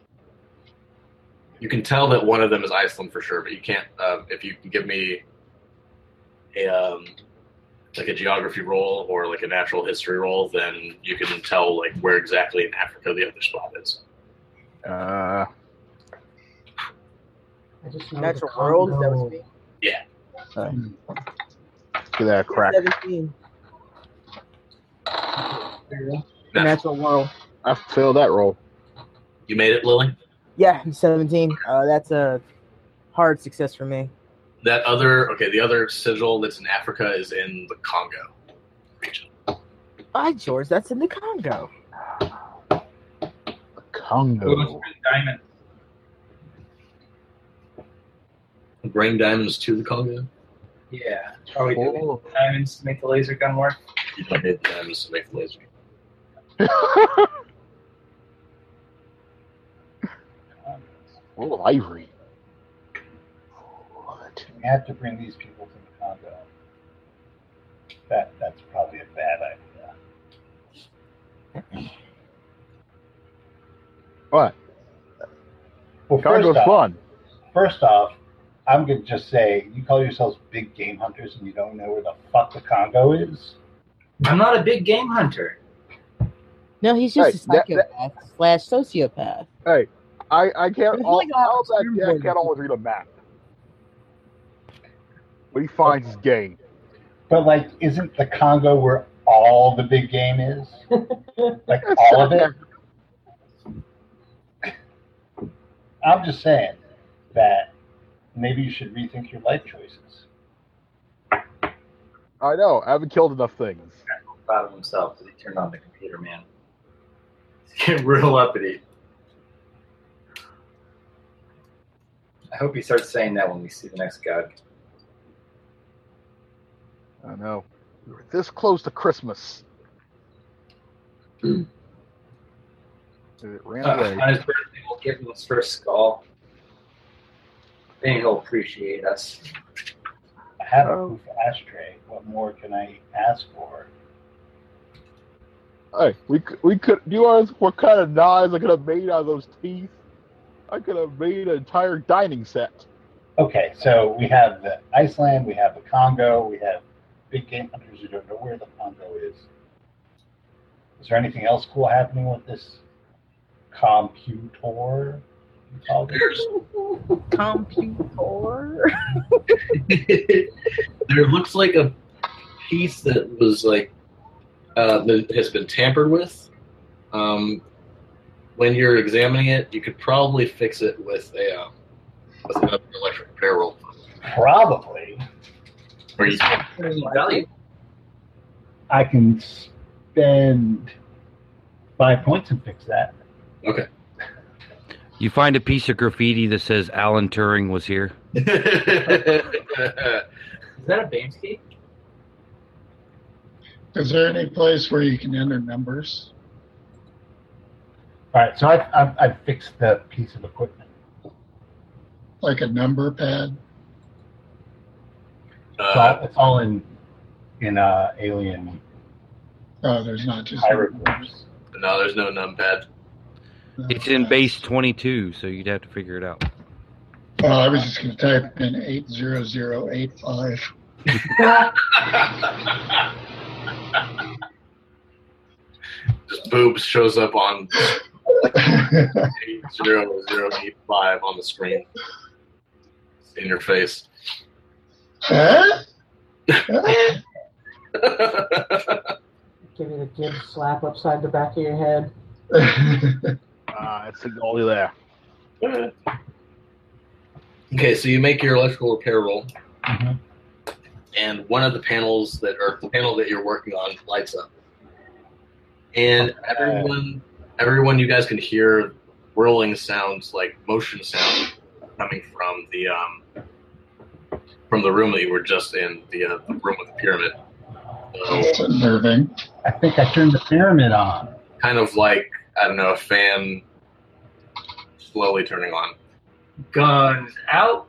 You can tell that one of them is Iceland for sure, but you can't. Uh, if you can give me a um, like a geography roll or like a natural history roll, then you can tell like where exactly in Africa the other spot is. yeah. Uh, I just know Natural the world? Is that Congo. what you mean? Yeah. Hmm. look at that crack. 17. The natural world. I failed that roll. You made it, Lily. Yeah, I'm 17. Uh, that's a hard success for me. That other okay, the other sigil that's in Africa is in the Congo. By George, that's in the Congo. Oh, Congo. Diamond. Bring diamonds to the Congo. Yeah. Are we doing diamonds to make the laser gun work? You don't need diamonds to make the laser. World of Ivory. What? We have to bring these people to the Congo. That that's probably a bad idea. What? Well, Congo's first off, fun. first off, I'm gonna just say you call yourselves big game hunters and you don't know where the fuck the Congo is. I'm not a big game hunter. No, he's Hey, just that- a psychopath slash sociopath. Hey, I, I can't. It's All, like a all that, stream yeah, I board. can't always read a map. What he finds is game. But like, isn't the Congo where all the big game is? like That's all of it? sarcasm. I'm just saying that maybe you should rethink your life choices. I know. I haven't killed enough things. Proud of himself because he turned on the computer, man. He's getting real uppity. I hope he starts saying that when we see the next god. I know. We were this close to Christmas. And it ran Uh, away. on his birthday, we'll give him his first skull. Then he'll appreciate us. I have a poof ashtray. What more can I ask for? Hey, we could, we could. Do you realize what kind of knives I could have made out of those teeth? I could have made an entire dining set. Okay, so we have the Iceland, we have the Congo, we have big game hunters who don't know where the Congo is. Is there anything else cool happening with this computer? You called it? Computer. there looks like a piece that was like uh, that has been tampered with. Um, when you're examining it, you could probably fix it with a um, with an electric repair roll. Probably. Or you can value. I can spend five points and fix that. Okay. You find a piece of graffiti that says Alan Turing was here. Is that a Bamsky? Is there any place where you can enter numbers? All right, so I, I, I fixed the piece of equipment. Like a number pad? Uh, It's all, it's all in in uh, alien Oh, there's not just. hieroglyphs. No, there's no numpad. It's in base 22, so you'd have to figure it out. Oh, I was just going to type in 80085. Just boobs shows up on zero zero eight five on the screen. It's in your face. Huh? Give you the gib slap upside the back of your head. Ah, it's a goalie there. Okay, so you make your electrical repair roll, Mhm. and one of the panels that or the panel that you're working on lights up, and everyone, everyone, you guys can hear whirling sounds like motion sound coming from the um, from the room that you were just in, the, uh, the room with the pyramid. It's unnerving. I think I turned the pyramid on. kind of like I don't know a fan slowly turning on. Guns out.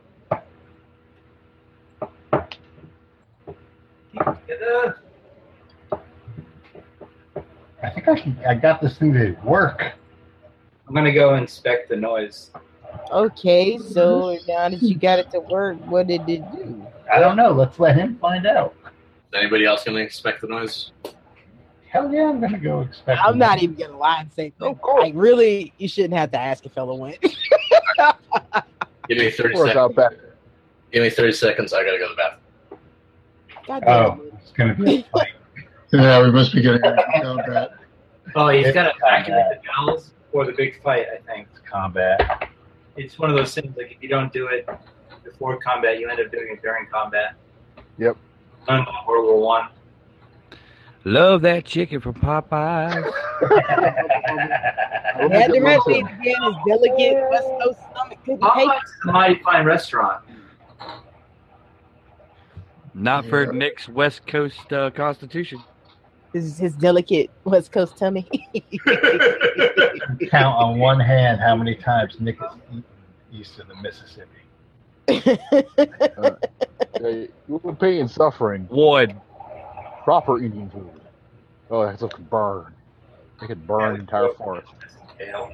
I think I can, I got this thing to work. I'm gonna go inspect the noise. Okay, so now that you got it to work, what did it do? I don't know. Let's let him find out. Is anybody else gonna expect the noise? Hell yeah, I'm gonna go expect. I'm not even gonna lie and say. Of course. Like really, you shouldn't have to ask if Ella went. Give me thirty Or seconds. out back. Give me thirty seconds. I gotta go to the bathroom. God damn Oh, it's gonna be. a fight. Yeah, we must be getting ready to go, Brett. Oh, he's It's got to evacuate combat. the bowels for the big fight. I think It's combat. it's one of those things. Like if you don't do it before combat, you end up doing it during combat. Yep. Learned that in World War One. Love that chicken from Popeyes. We'll make Had it the look rest good. again is delicate. West Coast stomach couldn't take. Uh-huh. Popeye's is a mighty fine restaurant. Not for Nick's West Coast uh, Constitution. His, his delicate West Coast tummy. Count on one hand how many times Nick is eaten east of the Mississippi. Yeah, You're paying suffering. One. Proper Indian food. Oh, that's a burn. They could burn the entire forest. Yeah.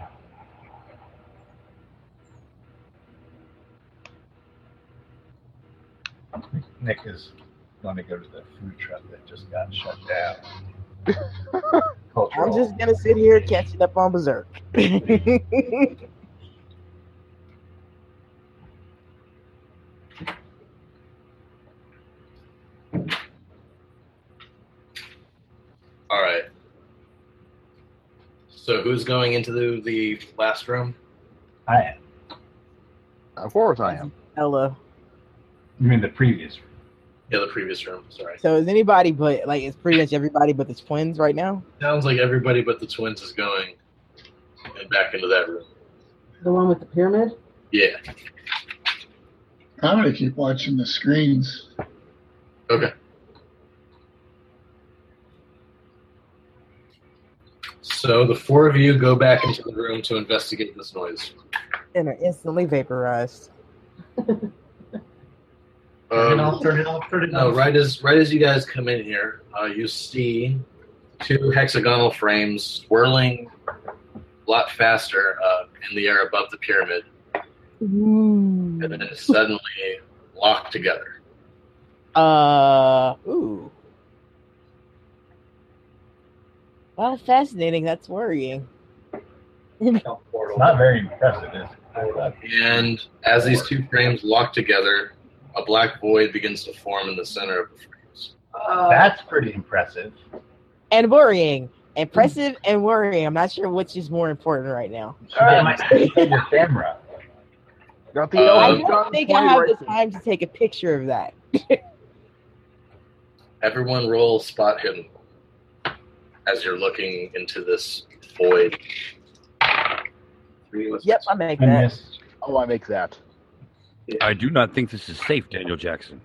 Nick is going to go to the food truck that just got shut down. I'm Cultural. just gonna sit here catching up on Berserk. All right. So who's going into the, the last room? I am. Of course I am. Ella. You mean the previous? Yeah, the previous room. Sorry. So is anybody but like it's pretty much everybody but the twins right now? Sounds like everybody but the twins is going and back into that room. The one with the pyramid? Yeah. I'm going to keep watching the screens. Okay. So the four of you go back into the room to investigate this noise. And are instantly vaporized. Um, turn it off, turn it No, right as right as you guys come in here, uh, you see two hexagonal frames whirling a lot faster uh, in the air above the pyramid. Ooh. and then it's suddenly locked together. Uh, ooh. Well, fascinating. That's worrying. It's not very impressive, is it? And as these two frames lock together, a black void begins to form in the center of the frames. Uh, That's pretty impressive. And worrying. Impressive and worrying. I'm not sure which is more important right now. the camera. Got the Oh, I old don't gun think I play have right the time to take a picture of that. Everyone roll spot hidden as you're looking into this void. Three was Yep, I make I that. missed. Uh, Oh, I make that. I do not think this is safe, Daniel Jackson.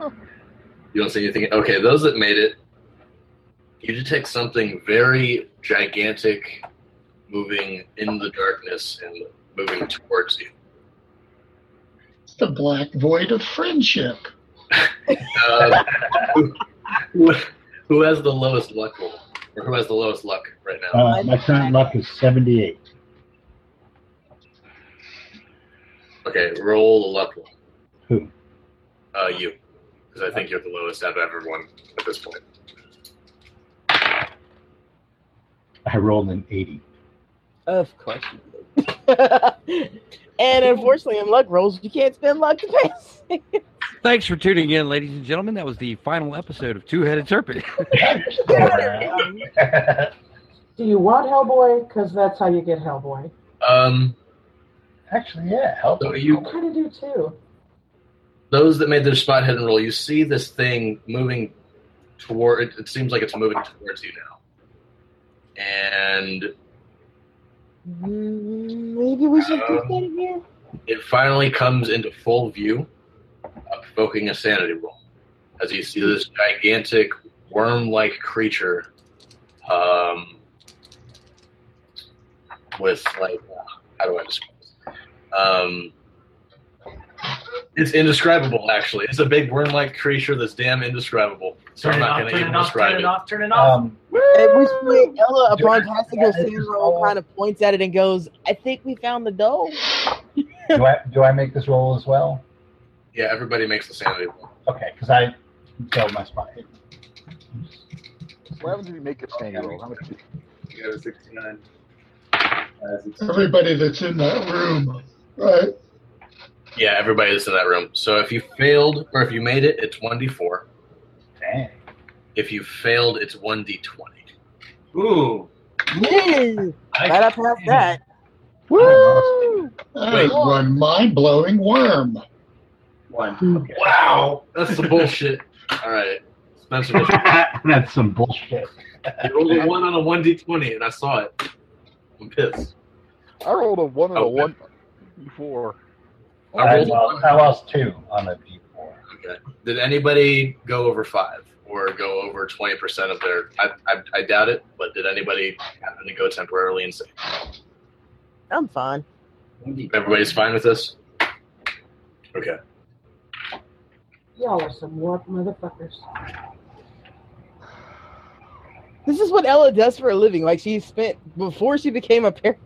You don't see anything. Okay, those that made it, you detect something very gigantic moving in the darkness and moving towards you. It's the black void of friendship. Um, who, who- who has the lowest luck roll? Or who has the lowest luck right now? Uh, my current luck is 78. okay, roll the luck roll. Who? Uh, you. Because I think you're the lowest out of everyone at this point. I rolled an 80. Of course you did. and unfortunately, in luck rolls, you can't spend luck to pay. Thanks for tuning in, ladies and gentlemen. That was the final episode of Two Headed Serpent. Do you want Hellboy? Because that's how you get Hellboy. Um, Actually, yeah, help. so you I kind of do too. those that made their spot hidden roll, you see this thing moving toward. It, it seems like it's moving towards you now, and Mm, Maybe we should do Um, that again. it finally comes into full view, uh, provoking a sanity roll as you see this gigantic worm-like creature, um, with like uh, how do I describe this? Um, it's indescribable, actually. It's a big worm-like creature that's damn indescribable. So I'm not going to even describe it. turn it Um, At which point, Ella, Do I- upon passing her that is sand roll, all- kind of points at it and goes, I think we found the dough. do, I, do I make this roll as well? Yeah, everybody makes the sanity roll. Okay, because I failed my spot. What happens if you make a standing roll? How much? You got a 69. Everybody that's in that room, right? Yeah, everybody that's in that room. So if you failed or if you made it, it's one d four. Dang. If you failed, it's one d twenty. Ooh. Yeah. I- Glad I passed that. Woo! That is one mind blowing worm. One. Okay. Wow, that's some bullshit. All right, Spencer, what That's some bullshit. you- you rolled a one on a one d twenty, and I saw it. I'm pissed. I rolled a one and a Oh. one before. I I rolled a lost, one. I lost two on the D4. Okay. Did anybody go over five or go over twenty percent of their? I, I I doubt it, but did anybody happen to go temporarily insane? I'm fine. Everybody's fine with this. Okay. Y'all are some warped motherfuckers. This is what Ella does for a living. Like, she spent, before she became a par-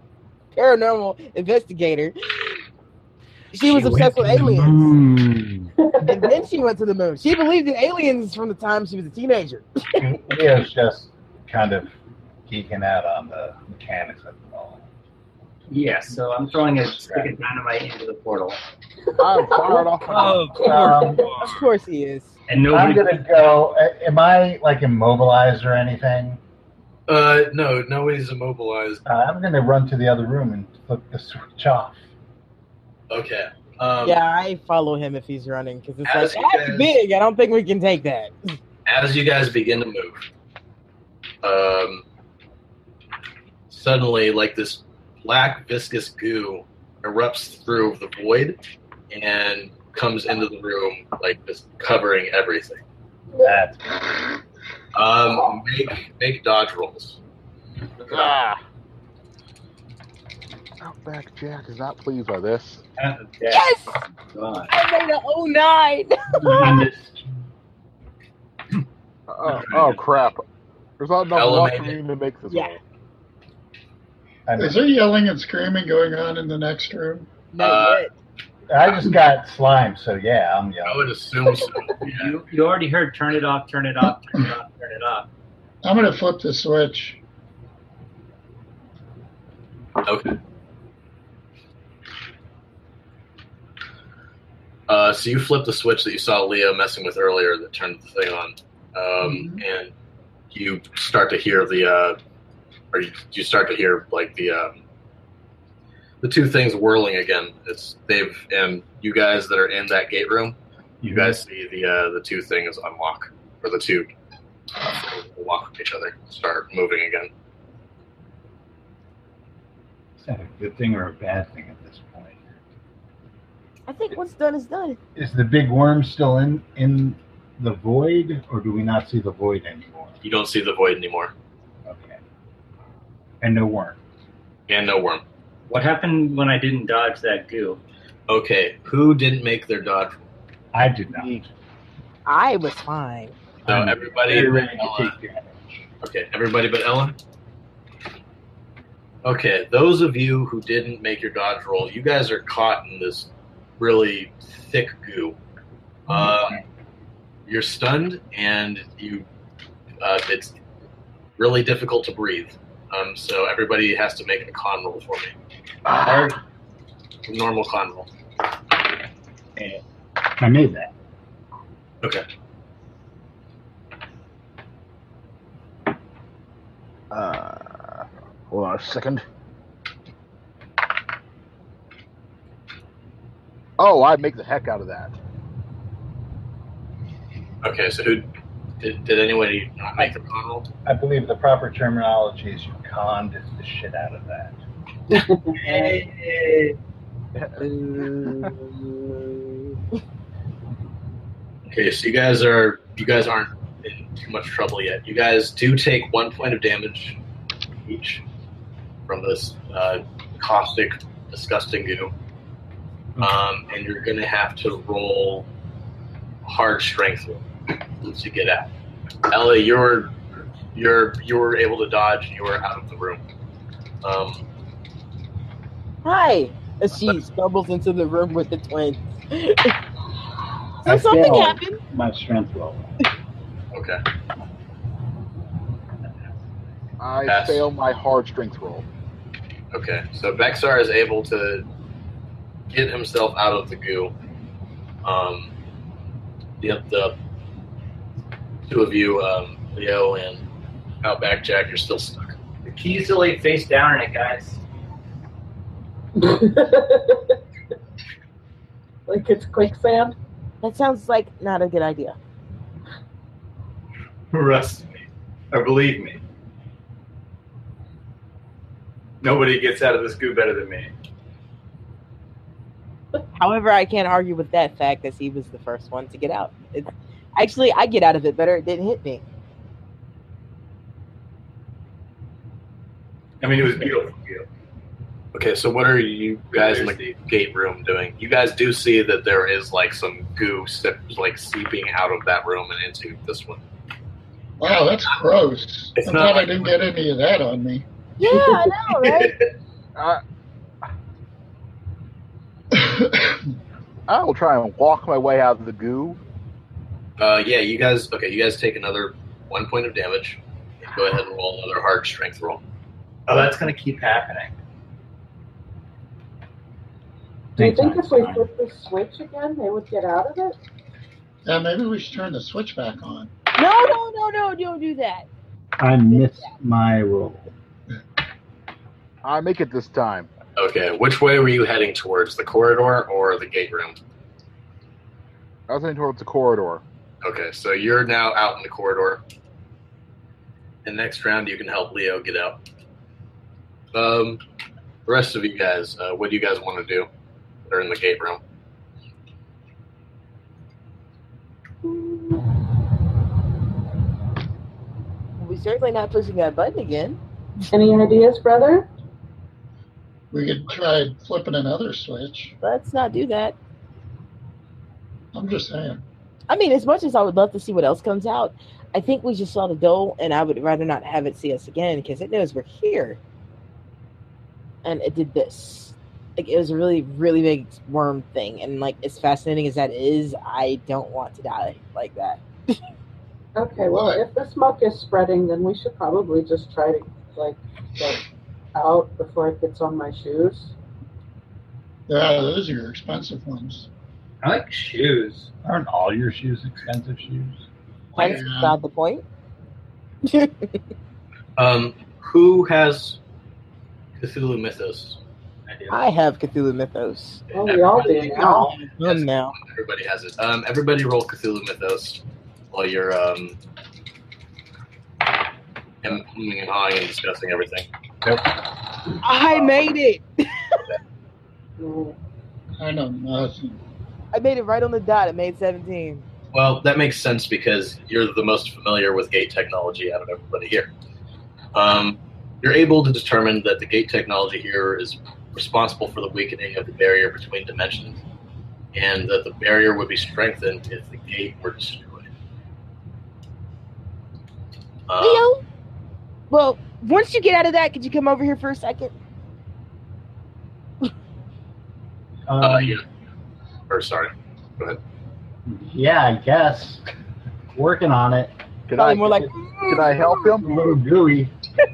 paranormal investigator, she, was obsessed with aliens. and then she went to the moon. She believed in aliens from the time she was a teenager. Leo's just kind of geeking out on the mechanics of it all. Yeah, so I'm throwing a stick of dynamite into the portal. Oh, I'm fired off. my- Of Um, course. you Of are. course he is. And I'm nobody. gonna go. a- Am I like immobilized or anything? Uh, no, nobody's immobilized. Uh, I'm gonna run to the other room and flip the switch off. Okay. Um, yeah, I follow him if he's running because it's like As he that's does- big. I don't think we can take that. as you guys begin to move, um, suddenly, like this black viscous goo erupts through the void and comes into the room, like just covering everything. That's Um, make make dodge rolls. Ah. Outback Jack is not pleased by this. Yes, God. I made an 09. Oh, oh crap! There's not enough luck for Elevated. me to make this Yeah. roll. Is there yelling and screaming going on in the next room? Uh, I just got slime, so yeah, I'm I would assume so. You, you already heard turn it off, turn it off, turn it off, turn it off. I'm gonna flip the switch. Okay. Uh, so you flip the switch that you saw Leo messing with earlier that turned the thing on, um, and you start to hear the, uh, or you, you start to hear like the um, the two things whirling again. It's they've and you guys that are in that gate room, you guys see the uh, the two things unlock or the two uh, walk with each other, start moving again. Is that a good thing or a bad thing at this point? I think what's done is done. Is the big worm still in in the void, or do we not see the void anymore? You don't see the void anymore, And no worm. and no worm. What happened when I didn't dodge that goo? Okay, who didn't make their dodge? I did not. Mm. I was fine. So everybody, very but Um, ready to Ella. Okay, everybody but Ella. Okay, those of you who didn't make your dodge roll, you guys are caught in this really thick goo. Um, you're stunned, and you uh, it's really difficult to breathe. Um, so everybody has to make a con roll for me. Or a normal con roll. I made that. Okay. Uh, hold on a second. Oh, I make the heck out of that. Okay, so who did, did anybody not make the con roll? I believe the proper terminology is you conned the shit out of that. Okay, so you guys are you guys aren't in too much trouble yet. You guys do take one point of damage each from this uh, caustic, disgusting goo, um, and you're gonna have to roll a hard strength roll to get out. Ella, you're you're you were able to dodge and you were out of the room. Um, Hi. As she stumbles into the room with the twins. I so something failed happened. My strength roll. okay. I Pass. fail my hard strength roll. Okay, so Bexar is able to get himself out of the goo. Um, the, the two of you, um, Leo and Outback Jack, are still stuck. The keys to lay face down in it, guys. like it's quicksand. That sounds like not a good idea. Trust me, or believe me. Nobody gets out of this goo better than me. However, I can't argue with that fact as he was the first one to get out. It's, actually, I get out of it better. It didn't hit me. I mean, it was beautiful. Okay, so what are you guys in the gate room doing? You guys do see that there is like some goo sip, like seeping out of that room and into this one. Wow, that's gross. It's I'm not glad I like- didn't get any of that on me. Yeah, I know, right? I, I will try and walk my way out of the goo. Uh, yeah, you guys. Okay, you guys take another one point of damage. Go ahead and roll another hard strength roll. Oh, that's gonna keep happening. Do you think if we flip the switch again, they would get out of it? Yeah, maybe we should turn the switch back on. No, no, no, no, don't do that. I missed my roll. I make it this time. Okay, which way were you heading towards? The corridor or the gate room? I was heading towards the corridor. Okay, so you're now out in the corridor. And next round, you can help Leo get out. Um, the rest of you guys, uh, what do you guys want to do? They're in the gate room. We're certainly not pushing that button again. Any ideas, brother? We could try flipping another switch. Let's not do that. I'm just saying. I mean, as much as I would love to see what else comes out, I think we just saw the dough, and I would rather not have it see us again because it knows we're here. and it did this. Like it was a really, really big worm thing, and like as fascinating as that is, I don't want to die like that. Okay, well, if this muck is spreading, then we should probably just try to like get out before it gets on my shoes. Yeah, those are your expensive ones. I like shoes. Aren't all your shoes expensive shoes? Hence, Yeah. not the point. Um, who has Cthulhu Mythos? I have Cthulhu Mythos. Oh, we all do now. Them now. Everybody has it. Um, everybody roll Cthulhu Mythos while you're um, and hemming and hawing and discussing everything. I made it. I know nothing. I made it right on the dot. I made seventeen. Well, that makes sense because you're the most familiar with gate technology out of everybody here. Um, you're able to determine that the gate technology here is responsible for the weakening of the barrier between dimensions, and that the barrier would be strengthened if the gate were destroyed. Um, Leo. Well, once you get out of that, could you come over here for a second? Um, uh, yeah. Or sorry. Go ahead. Yeah, I guess. Working on it. Could Probably I- more like, could I help him? A little gooey.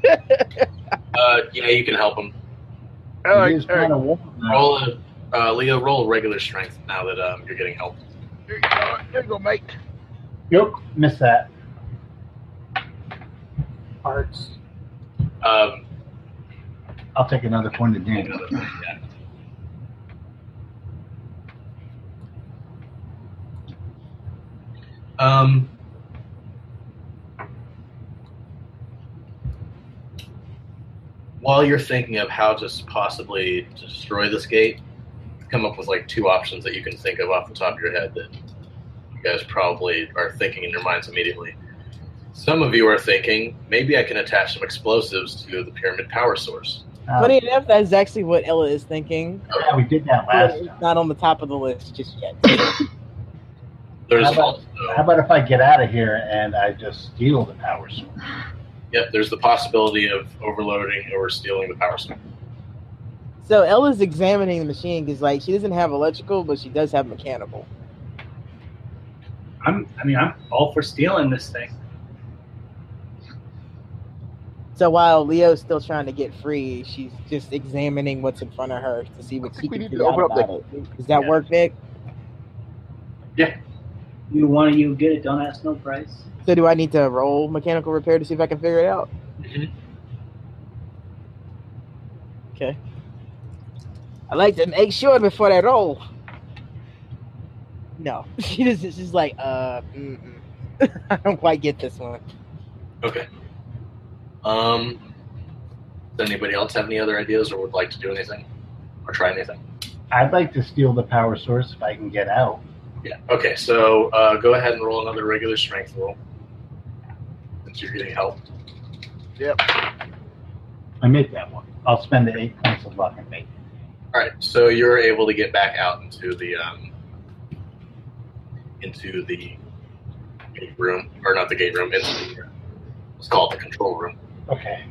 Uh, yeah, you can help him. All right, He's all right. kinda warm. Roll a, uh, Leo, roll a regular strength now that um, you're getting help. There you go, there you go, mate. Yep, missed that. Arts. Um, I'll take another point of damage. yeah. Um, while you're thinking of how to s- possibly destroy this gate, come up with like two options that you can think of off the top of your head that you guys probably are thinking in your minds immediately. Some of you are thinking maybe I can attach some explosives to the pyramid power source. Uh, Um, Funny enough, that's actually what Ella is thinking. Yeah, we did that last It's not on the top of the list just yet. There's how, about, how about if I get out of here and I just steal the power source? Yep, there's the possibility of overloading or stealing the power source. So Ella's examining the machine because, like, she doesn't have electrical, but she does have mechanical. I'm. I mean, I'm all for stealing this thing. So while Leo's still trying to get free, she's just examining what's in front of her to see what she we can need do to open out up about it. Does that work, Nick? You want it, you get it. Don't ask no price. So do I need to roll mechanical repair to see if I can figure it out? Mm-hmm. Okay. I like to make sure before I roll. No, she just she's just like, uh, mm-mm. I don't quite get this one. Okay. Um, does anybody else have any other ideas or would like to do anything or try anything? I'd like to steal the power source if I can get out. Yeah. Okay, so uh, go ahead and roll another regular strength roll since you're getting help. Yep. I made that one. I'll spend the eight points of luck and make it. All right, so you're able to get back out into the um, into the gate room or not the gate room, into the uh, let's call it the control room. Okay.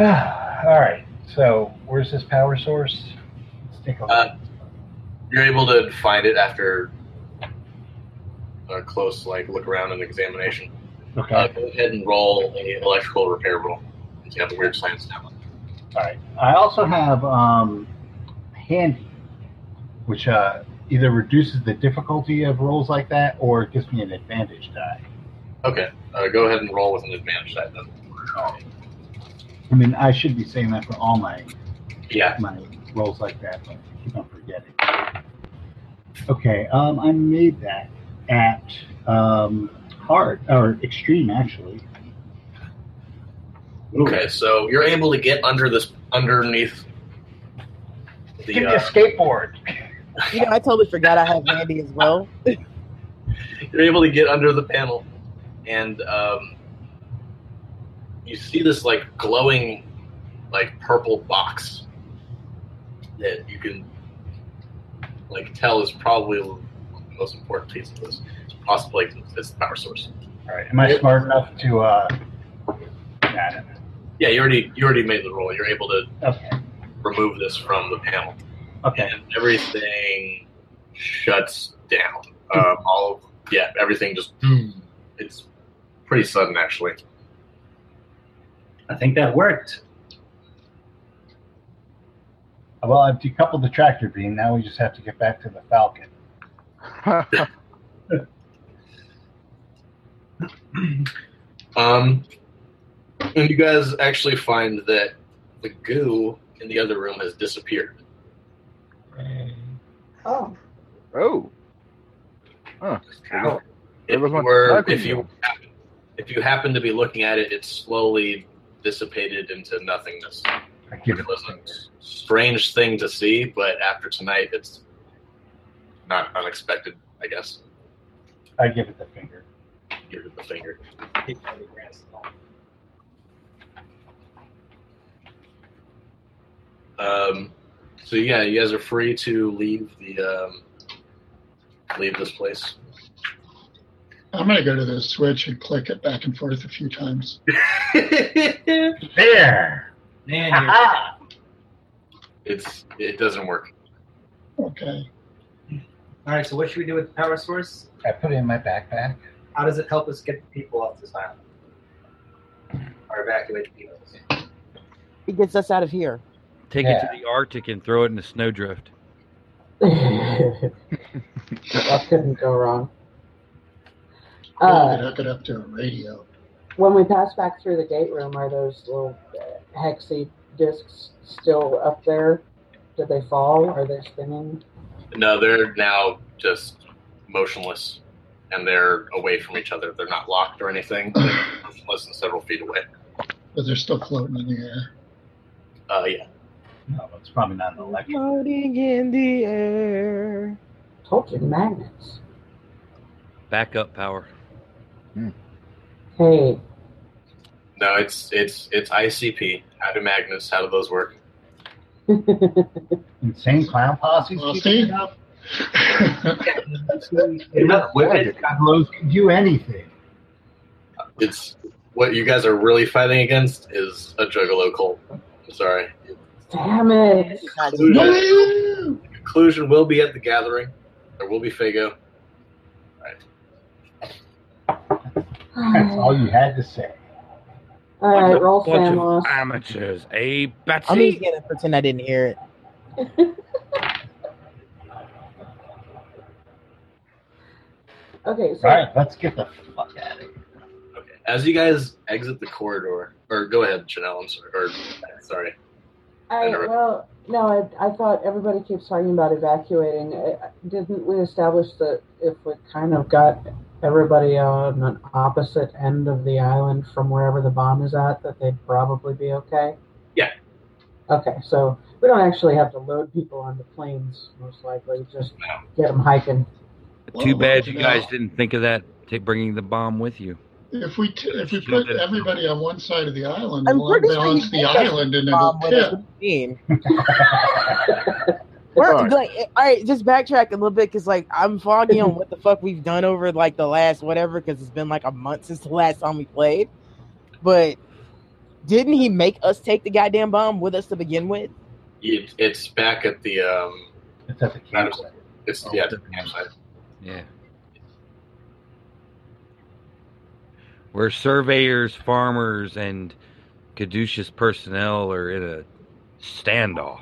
All right. So where's this power source? Let's take a look. Uh, you're able to find it after a close like look around and examination. okay. Uh, go ahead and roll a electrical repair roll. You have a weird science now. All right. I also have um, handy, which uh, either reduces the difficulty of rolls like that or gives me an advantage die. Okay, uh, go ahead and roll with an advantage. That doesn't work. I mean, I should be saying that for all my Yeah. my rolls like that, but I keep on forgetting. Okay, um, I made that at um, hard or extreme actually. Okay, so you're able to get under this underneath Give the. me a Uh, skateboard. You know, I totally forgot I have Mandy as well. you're able to get under the panel, and um, you see this like glowing, like purple box that you can like tell is probably the most important piece of this. It's possibly it's the power source. All right, am I smart enough to? Uh, nah, I don't know. Yeah, you already you already made the roll. You're able to remove this from the panel. Okay. And everything shuts down. Um, all of, yeah, everything just boom. It's pretty sudden actually. I think that worked. Well, I've decoupled the tractor beam. Now we just have to get back to the Falcon. Um, and you guys actually find that the goo in the other room has disappeared. Oh. Oh. Huh. Ow. There If was you, one- were, that if, could you, if you happen to be looking at it, it's slowly dissipated into nothingness. give It was a strange thing to see, but after tonight, it's not unexpected, I guess. I give it the finger. Give it the finger. Um, so yeah, you guys are free to leave the um, leave this place. I'm gonna go to the switch and click it back and forth a few times. there. Man, it's it doesn't work. Okay. All right. So what should we do with the power source? I put it in my backpack. How does it help us get the people off this island? Or evacuate the people? He gets us out of here. Take it to the Arctic and throw it in a snowdrift. that couldn't go wrong. Well, we Uh, could hook it up to a radio. When we pass back through the gate room, are those little uh, hexy discs still up there? Did they fall? Are they spinning? No, they're now just motionless, and they're away from each other. They're not locked or anything. They're motionless and several feet away. But they're still floating in the air. Uh, yeah. No, it's probably not an electric. Floating in the air. Told you, magnets. Backup power. Hey, No, it's it's it's ICP. How do magnets? How do those work? Insane clown posse. Well, see? You're not women. Diablos can do anything. It's what you guys are really fighting against is a juggalo cult. I'm sorry. damn it. Conclusion, conclusion will be at the gathering. There will be Fago. Oh. That's all you had to say. All Bunch right, of- roll bunch Sam of loss. amateurs, eh, Betsy? I'm just gonna pretend I didn't hear it. Okay, All so right, let's get the fuck out of here. As you guys exit the corridor, or go ahead, Janelle. I'm sorry. Or sorry. I Interrupt. well, no, I, I thought everybody keeps talking about evacuating. Uh, Didn't we establish that if we kind of got everybody on an opposite end of the island from wherever the bomb is at, that they'd probably be okay? Yeah. Okay, so we don't actually have to load people onto planes, most likely. Just get them hiking. Too bad you no. guys didn't think of that. ta- bringing the bomb with you. If we t- if we put everybody on one side of the island, I'm we'll pretty sure unbalance you the did that, island and Bob, it'll with us. tip. Um, What do you mean? We're Alright. like, all right, just backtrack a little bit because like I'm foggy on what the fuck we've done over like the last whatever because it's been like a month since the last time we played. But didn't he make us take the goddamn bomb with us to begin with? It, it's back at the um. Oh. It's at the campsite. It's yeah, at the campsite. Yeah. Where surveyors, farmers, and caduceus personnel are in a standoff.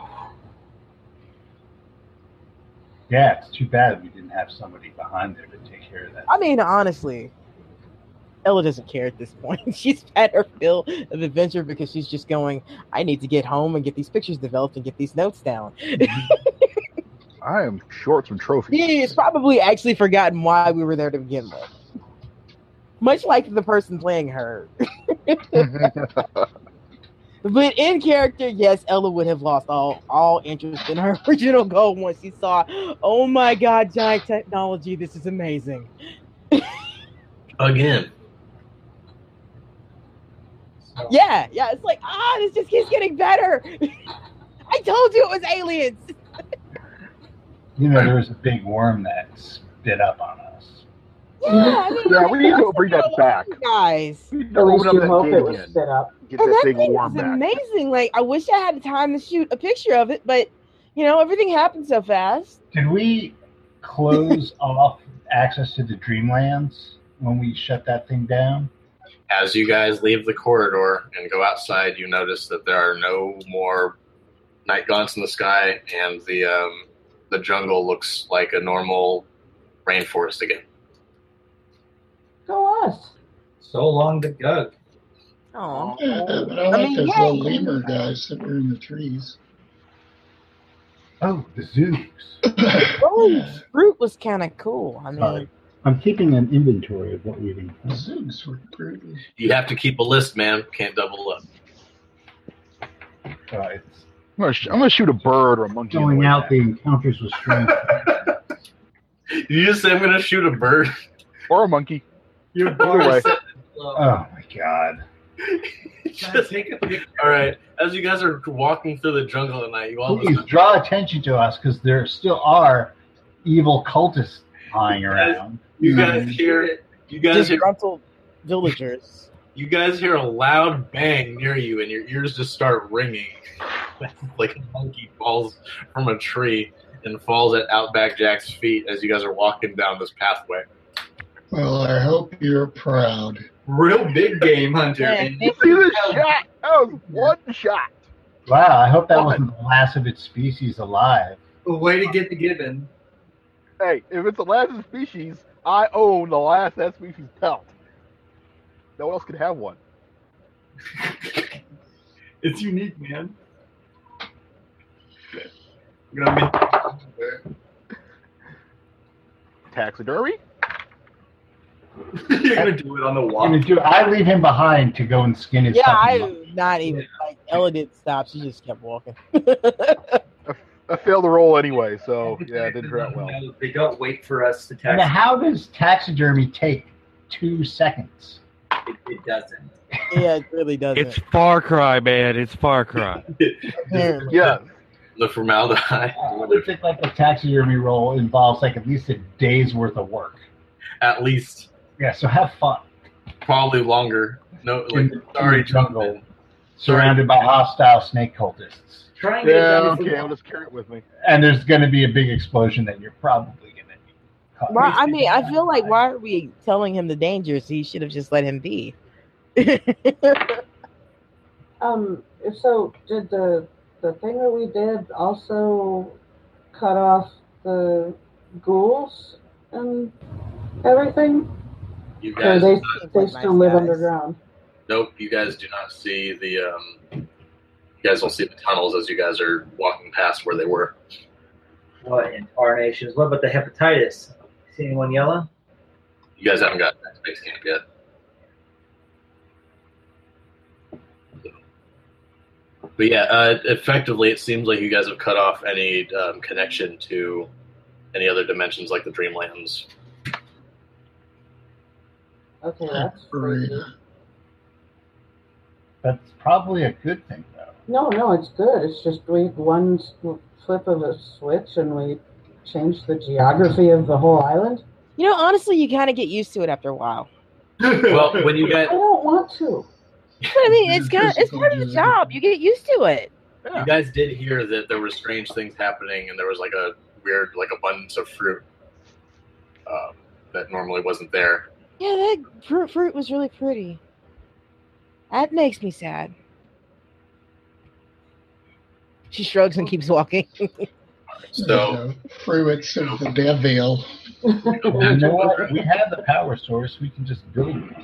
Yeah, it's too bad we didn't have somebody behind there to take care of that. I mean, honestly, Ella doesn't care at this point. she's had her fill of adventure because she's just going. I need to get home and get these pictures developed and get these notes down. I am short some trophies. He's probably actually forgotten why we were there to begin with. Much like the person playing her. But in character, yes, Ella would have lost all all interest in her original goal once she saw, oh my god, giant technology, this is amazing. Again. Yeah, yeah, it's like, ah, this just keeps getting better. I told you it was aliens. You know, there was a big worm that spit up on us. Yeah, I mean, Yeah, we need to bring that back. guys. Never open up you that hope gate it was again. set up. Get and that that big thing worm was back. amazing. Like, I wish I had the time to shoot a picture of it, but you know, everything happened so fast. Did we close off access to the Dreamlands when we shut that thing down? As you guys leave the corridor and go outside, you notice that there are no more night gaunts in the sky, and the um, the jungle looks like a normal rainforest again. Go us. So long to Gug. Oh. Yeah, but I I like mean, those little yay. lemur guys that were in the trees. Oh, the zoos. Oh, fruit was kind of cool. I mean, Sorry. I'm keeping an inventory of what we've encountered. Zooms were pretty. You have to keep a list, man. Can't double up. Uh, it's I'm gonna, sh- I'm gonna shoot a bird or a monkey. on the going way out back. the encounters with strange. You just say I'm gonna shoot a bird. or a monkey. You're way. Oh my god. All right. As you guys are walking through the jungle at night, you all Please draw attention to us because there still are evil cultists lying around. you guys hear you guys hear disgruntled villagers. you guys hear a loud bang near you, and your ears just start ringing like a monkey falls from a tree and falls at Outback Jack's feet as you guys are walking down this pathway. Well, I hope you're proud. Real big game hunter. man. See this shot? That was one shot. Wow, I hope that What? wasn't the last of its species alive. Way to get the gibbon. Hey, if it's the last of the species, I own the last of that species pelt. No one else could have one. It's unique, man. I'm gonna make- Taxidermy? You're gonna do it on the I, walk. mean, dude, I leave him behind to go and skin his yeah, fucking I not even like Ella didn't stop. She just kept walking. I failed the roll anyway, so yeah, it didn't turn out well. They don't wait for us to Now, text. how does taxidermy take two seconds? It, it doesn't. yeah, it really doesn't. It's Far Cry, man. It's Far Cry. Apparently. Yeah. The formaldehyde. I would think like a taxidermy roll involves like at least a day's worth of work. At least Yeah, so have fun. probably longer. No like sorry, jungle. Surrounded by hostile snake cultists. Trying to Yeah, okay, I'll just carry it with me. And there's going to be a big explosion that you're probably going to be caught. Why, I mean, I feel like why are we telling him the dangers? He should have just let him be. Um. So did the the thing that we did also cut off the ghouls and everything? You Or guys they they like still nice live guys. underground. Nope, you guys do not see the. Um, you guys don't see the tunnels as you guys are walking past where they were. What in our nations? What about the hepatitis? See anyone yellow? You guys haven't gotten back to base camp yet. But yeah, uh, effectively, it seems like you guys have cut off any um, connection to any other dimensions like the Dreamlands. Okay, that's Great. That's probably a good thing, though. no, no. It's good. It's just we one s- flip of a switch and we changed the geography of the whole island. You know, honestly, you kind of get used to it after a while. well, when you I guys don't want to. But I mean, it's Yeah, kind of it's physical part of the design. job. You get used to it. you guys did hear that there were strange things happening, and there was like a weird like abundance of fruit um, that normally wasn't there. Yeah, that fruit fruit was really pretty. That makes me sad. She shrugs and keeps walking. So Fruits of the devil. You know what? We have the power source. We can just build it.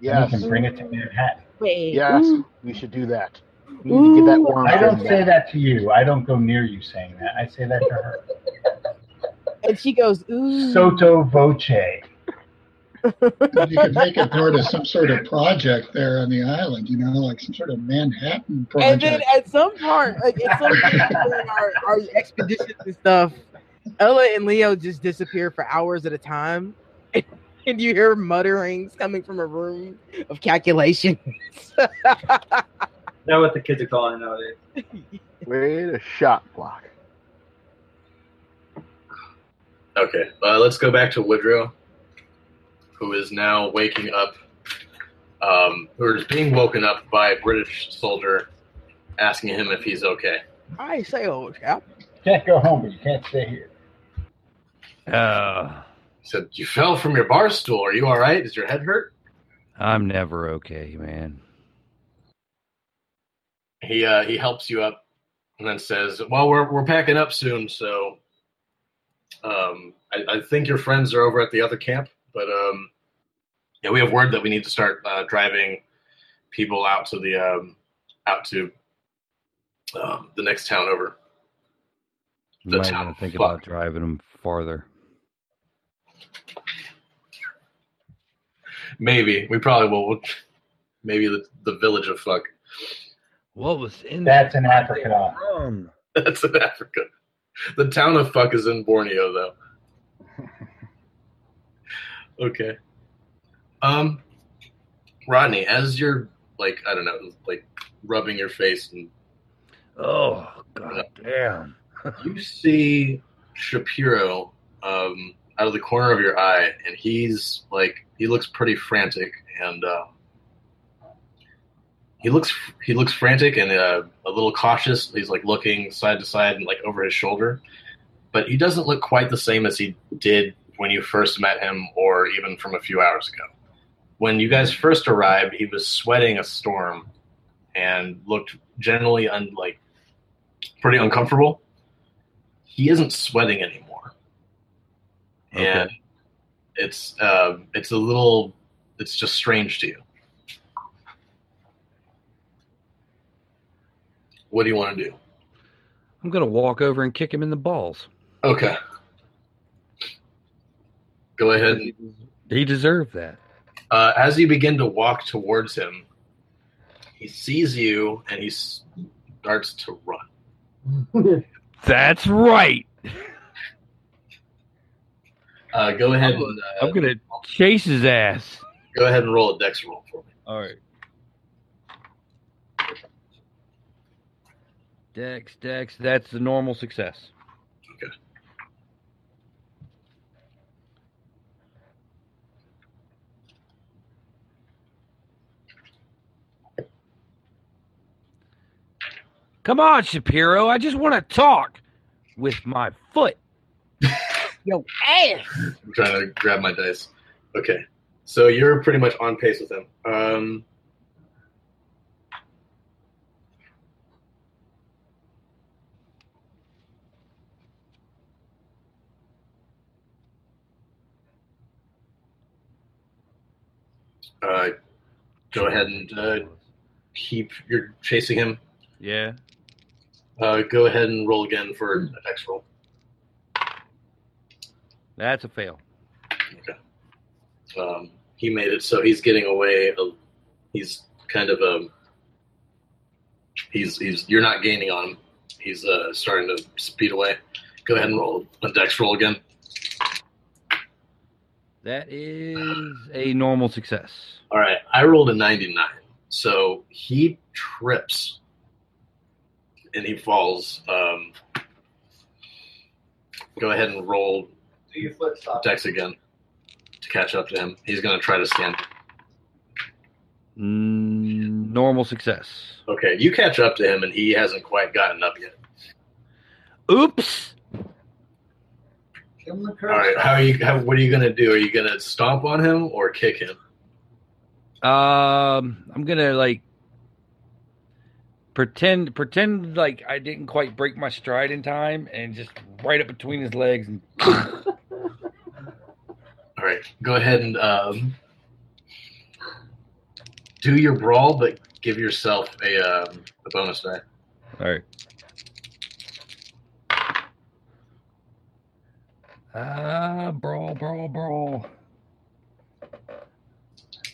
Yes. We can bring it to Manhattan. Wait. Yes, ooh, we should do that. We need to get that Ooh. worm. I don't thing say back. that to you. I don't go near you saying that. I say that to her. And she goes, ooh. Soto voce. You could make it part of some sort of project there on the island, you know, like some sort of Manhattan and project. then at some part, like at some part during our, our Expeditions and stuff. Ella and Leo just disappear for hours at a time. And you hear mutterings coming from a room of calculation. Is that what the kids are calling it nowadays? Wait a shot block. okay, uh, let's go back to Woodrow. who is now waking up, um, or is being woken up by a British soldier asking him if he's okay. I say, oh, yeah. Can't go home, but you can't stay here. Uh, he said, You fell from your bar stool. Are you all right? Is your head hurt? I'm never okay, man. He uh, he helps you up and then says, Well, we're, we're packing up soon, so um, I, I think your friends are over at the other camp, but um, yeah, we have word that we need to start uh, driving people out to the um, out to um, the next town over. You might want to think about driving them farther. Maybe we probably will. We'll- Maybe the, the village of fuck. What was in That's in Africa. Um, That's in Africa. The town of fuck is in Borneo, though. okay. Um, Rodney, as you're like I don't know, like rubbing your face and oh god damn, you see Shapiro um, out of the corner of your eye, and he's like he looks pretty frantic, and uh, he looks he looks frantic and uh, a little cautious. He's like looking side to side and like over his shoulder, but he doesn't look quite the same as he did when you first met him, or even from a few hours ago. When you guys first arrived, he was sweating a storm and looked generally un- like pretty uncomfortable. He isn't sweating anymore, and it's uh, it's a little it's just strange to you. What do you want to do? I'm gonna walk over and kick him in the balls. Okay, go ahead. He deserved that. Uh, as you begin to walk towards him, he sees you and he s- starts to run. That's right. Uh, go ahead. And, uh, I'm gonna chase his ass. Go ahead and roll a dex roll for me. All right. Dex, Dex. That's the normal success. Okay. Come on, Shapiro. I just want to talk with my foot. Yo, ass. I'm trying to grab my dice. Okay. So you're pretty much on pace with him. Um, uh, go ahead and uh, keep. You're chasing him. Yeah. Uh, go ahead and roll again for a dex roll. That's a fail. um, he made it so he's getting away. A, he's kind of um, he's he's you're not gaining on him. He's uh, starting to speed away. Go ahead and roll a dex roll again. That is a normal success. All right, I rolled a 99, so he trips and he falls. Um, go ahead and roll Do you flip stop? dex again to catch up to him. He's going to try to stand. Mm, normal success. Okay, you catch up to him, and he hasn't quite gotten up yet. Oops. Give him the All curse. right, how are you? How, what are you gonna do? Are you gonna stomp on him or kick him? Um, I'm gonna like pretend pretend like I didn't quite break my stride in time, and just right up between his legs. And All right, go ahead and um, do your brawl, but give yourself a, um, a bonus die. all right. Ah, brawl, brawl, brawl.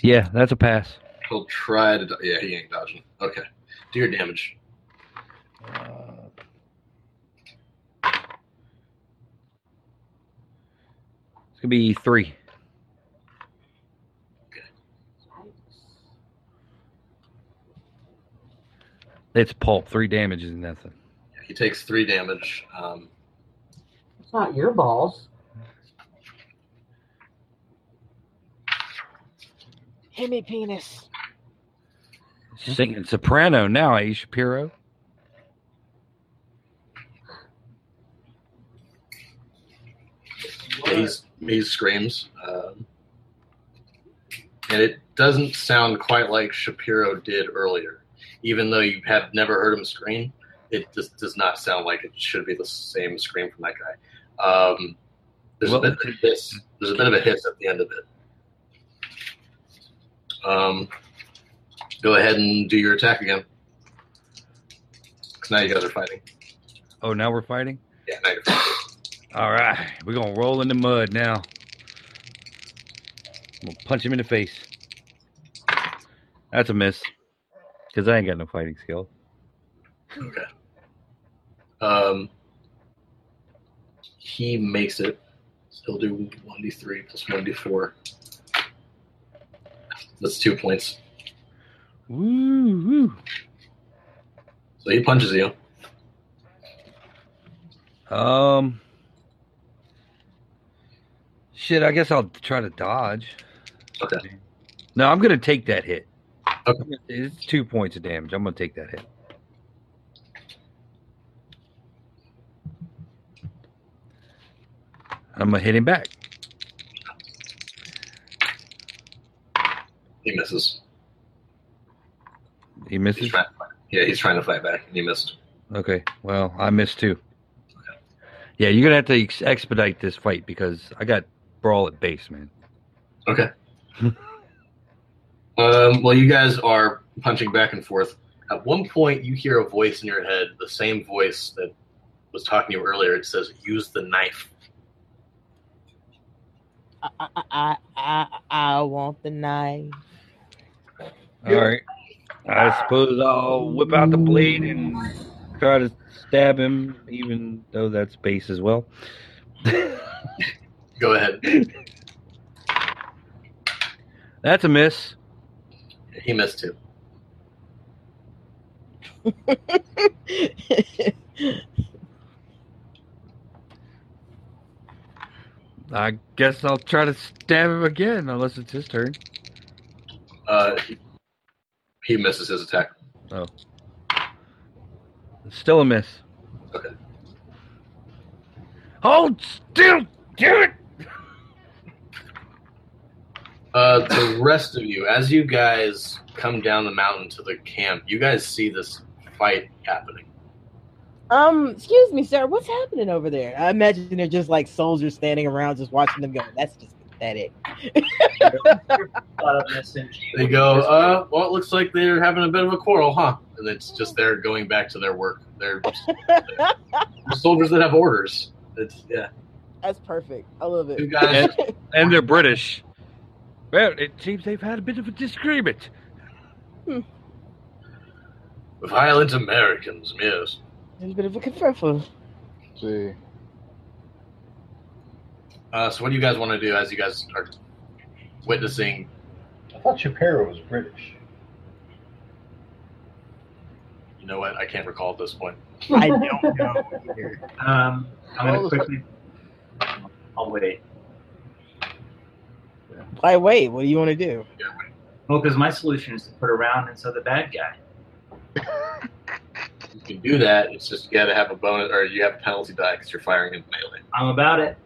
Yeah, that's a pass. He'll try to. do- Yeah, he ain't dodging. Okay, do your damage. It's gonna be three. It's pulp. Three damage is nothing. He takes three damage. Um, It's not your balls. Gimme penis. Singing soprano now, eh, Shapiro? Maze, Maze screams. Um, and it doesn't sound quite like Shapiro did earlier. Even though you have never heard him scream, it just does not sound like it should be the same scream from that guy. Um, there's a bit of a hiss. There's a bit of a hiss at the end of it. Um, go ahead and do your attack again. 'Cause now you guys are fighting. Oh, now we're fighting? Yeah, now you're fighting. All right. We're going to roll in the mud now. I'm going to punch him in the face. That's a miss. Because I ain't got no fighting skill. Okay. Um, he makes it. So he'll do 1d3 plus 1d4. That's two points. Woo, woo. So he punches you. Um, shit, I guess I'll try to dodge. Okay. No, I'm going to take that hit. It's two points of damage. I'm going to take that hit. I'm going to hit him back. He misses. He misses. He's trying to fight. Yeah, he's trying to fight back, and he missed. Okay. Well, I missed too. Yeah, you're gonna have to ex- expedite this fight because I got brawl at base, man. Okay. Um, well, you guys are punching back and forth. At one point, you hear a voice in your head, the same voice that was talking to you earlier. It says, "Use the knife." I, I, I, I, I want the knife. All right. I suppose I'll whip out the blade and try to stab him, even though that's base as well. Go ahead. That's a miss. He missed too. I guess I'll try to stab him again, unless it's his turn. Uh, he- he misses his attack. Oh. Still a miss. Okay. Hold Oh, still, damn it! Uh, the rest of you, as you guys come down the mountain to the camp, you guys see this fight happening. Um, excuse me, sir. What's happening over there? I imagine they're just like soldiers standing around, just watching them go. That's just pathetic. They go, uh, well, it looks like they're having a bit of a quarrel, huh? And it's just they're going back to their work. They're, they're soldiers that have orders. It's yeah. That's perfect. I love it. You And, guys, and they're British. Well, it seems they've had a bit of a disagreement. violent Americans, yes. There's a bit of a kerfuffle. see. Uh, so, what do you guys want to do as you guys are witnessing? I thought Shapiro was British. You know what? I can't recall at this point. I don't know either. Um, I'm Well, gonna it's like- quickly. I'll wait. I wait. What do you want to do? Well, because my solution is to put around and so the bad guy. You can do that. It's just you got to have a bonus, or you have a penalty die because you're firing in melee. I'm about it.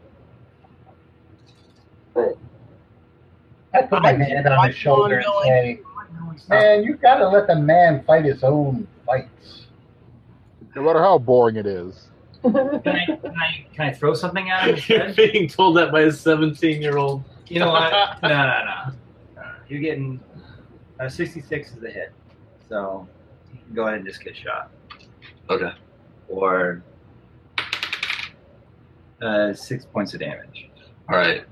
I put my hand on his shoulder and say, "Man, you gotta let the man fight his own fights." No matter how boring it is. Can I, can I, can I throw something at him You're instead? being told that by a 17 year old. You know what? No, no, no. no. You're getting uh, 66 is a hit, so you can go ahead and just get shot. Okay. Or uh, six points of damage. All right.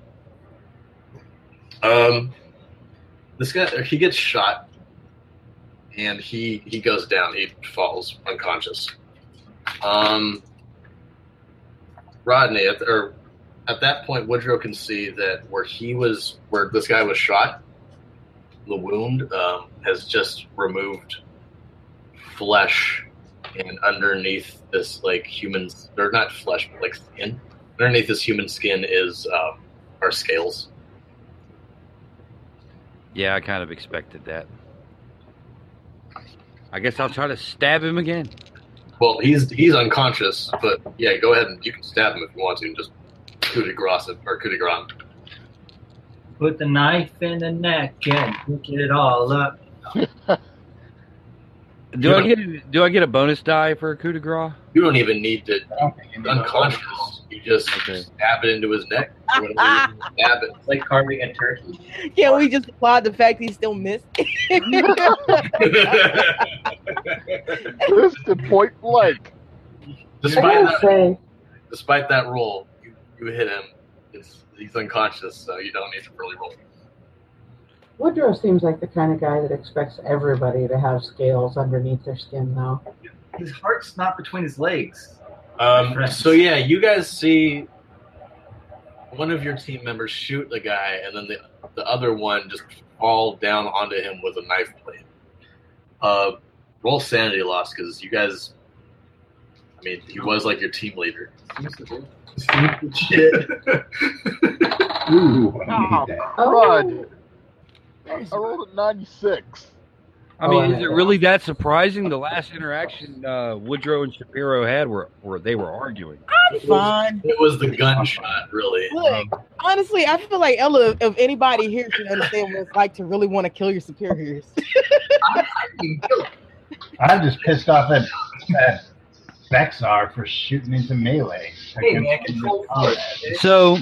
Um, this guy he gets shot, and he he goes down. He falls unconscious. Um, Rodney, at, or at that point, Woodrow can see that where he was, where this guy was shot, the wound um, has just removed flesh, and underneath this like human, or not flesh, but like skin underneath this human skin is um, our scales. Yeah, I kind of expected that. I guess I'll try to stab him again. Well, he's he's unconscious, but yeah, go ahead and you can stab him if you want to, and just coup de grace him, or coup de grace. him. Put the knife in the neck and hook it all up. Do I get a, do I get a bonus die for a coup de grace? You don't even need to. He's unconscious. You just stab it into his neck. or whatever you stab it. It's like carving a turkey. Can we just applaud the fact he still missed? Missed it point blank. Despite gotta that, despite that roll, you, you hit him. It's, he's unconscious, so you don't need to really roll. Woodrow seems like the kind of guy that expects everybody to have scales underneath their skin, though. His heart's not between his legs. Um, so yeah, you guys see one of your team members shoot the guy, and then the the other one just fall down onto him with a knife blade. Uh, roll sanity loss because you guys. I mean, he was like your team leader. Shit. Ooh, Oh. I need that. Oh, Oh. Crud. I rolled a 96. I mean, is it really that surprising? The last interaction uh, Woodrow and Shapiro had were, were they were arguing. I'm fine. It was the gunshot, really. Look, honestly, I feel like Ella, if anybody here can understand what it's like to really want to kill your superiors. I'm just pissed off at uh, Bexar for shooting into melee. Hey, man, Against- control foot. So,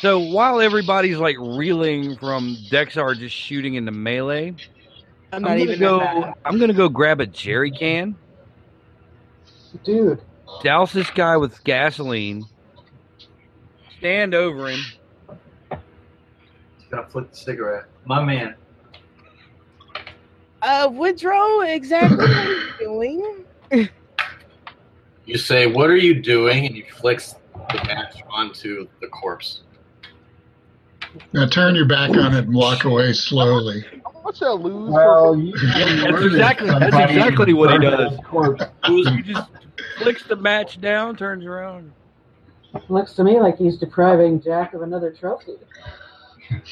so while everybody's like reeling from Dexar just shooting into melee, I'm I'm not gonna even that go. bad. I'm gonna go grab a jerry can, dude. douse this guy with gasoline, stand over him. He's gonna flip the cigarette. My man. Uh, Woodrow, exactly what are you doing? You say, "What are you doing?" And he flicks the match onto the corpse. Now turn your back on it and walk away slowly. How much did I lose? Well, you That's exactly. That's Somebody exactly what he burned does. that corpse. He just flicks the match down, turns around. Looks to me like he's depriving Jack of another trophy.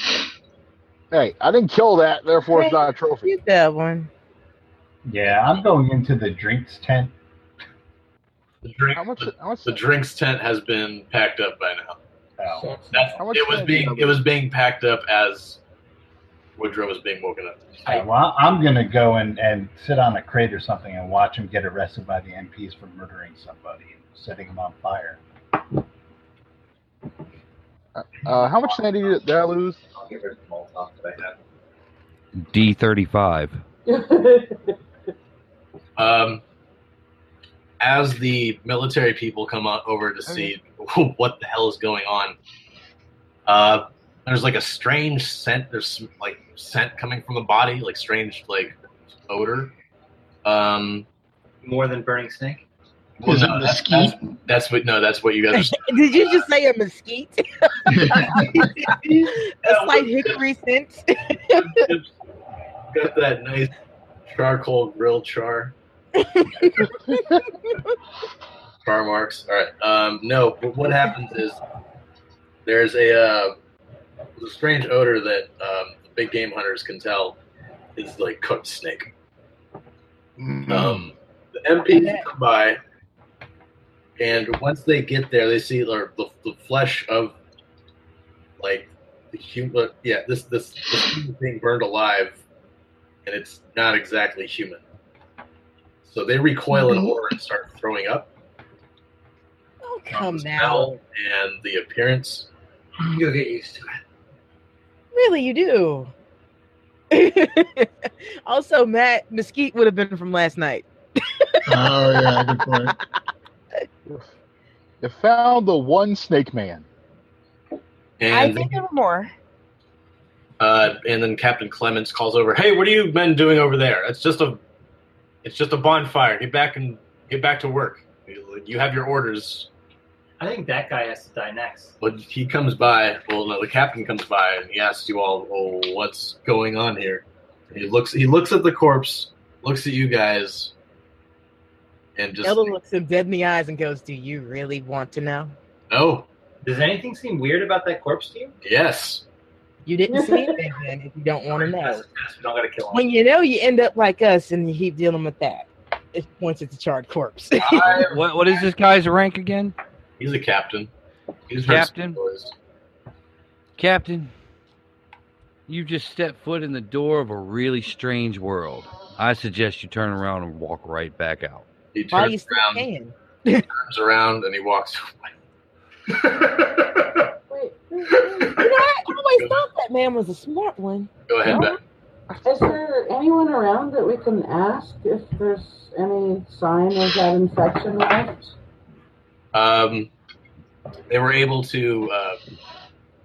Hey, I didn't kill that, therefore it's not a trophy. Get that one. Yeah, I'm going into the drinks tent. The drink, the, the drinks tent has been packed up by now. That's, How much it was time do you being have? it was being packed up as Woodrow was being woken up. Yeah, well, I'm gonna go and, and sit on a crate or something and watch him get arrested by the MPs for murdering somebody and setting him on fire. Uh, how much sanity did did I lose? D thirty five. Um, as the military people come on over to see what the hell is going on, uh, there's like a strange scent. There's some, like scent coming from the body, like strange like odor. Um, More than burning snake. well, no, that's, that's, that's what no, that's what you guys. Are, Did you just say a mesquite? a slight hickory scent. got that nice charcoal grill char. char marks. All right. Um, no, but what happens is there's a uh, there's a strange odor that um, the big game hunters can tell is like cooked snake. Um, the MPs come by, and once they get there, they see the, the, the flesh of like the human. Yeah, this this, this human being burned alive, and it's not exactly human. So they recoil in horror and start throwing up. Oh, come now. Smell and the appearance. You'll get used to it. Really, you do. also, Matt, mesquite would have been from last night. Oh yeah, good point. You found the one snake man. I And think there were more. uh, and then Captain Clements calls over, "Hey, what are you men doing over there? It's just a, it's just a bonfire. Get back and get back to work. You you have your orders." I think that guy has to die next. But he comes by. Well, no, the captain comes by and he asks you all, "Oh, what's going on here?" And he looks. He looks at the corpse. Looks at you guys, and just Ella looks him dead in the eyes and goes, Do you really want to know? no. Does anything seem weird about that corpse to you? "Oh, Yes. You didn't see anything then if you don't want to know. Yes, we don't gotta kill him. When you know, you end up like us and you keep dealing with that. It points at the charred corpse. what what is this guy's rank again? He's a captain. He's heard some Captain. stories. Captain, you just stepped foot in the door of a really strange world. I suggest you turn around and walk right back out. He While you turns still around, can. turns around, and he walks. You know, I always thought that man was a smart one. Go ahead, Beth. Is there anyone around that we can ask if there's any sign of that infection left? Um, they were able to uh,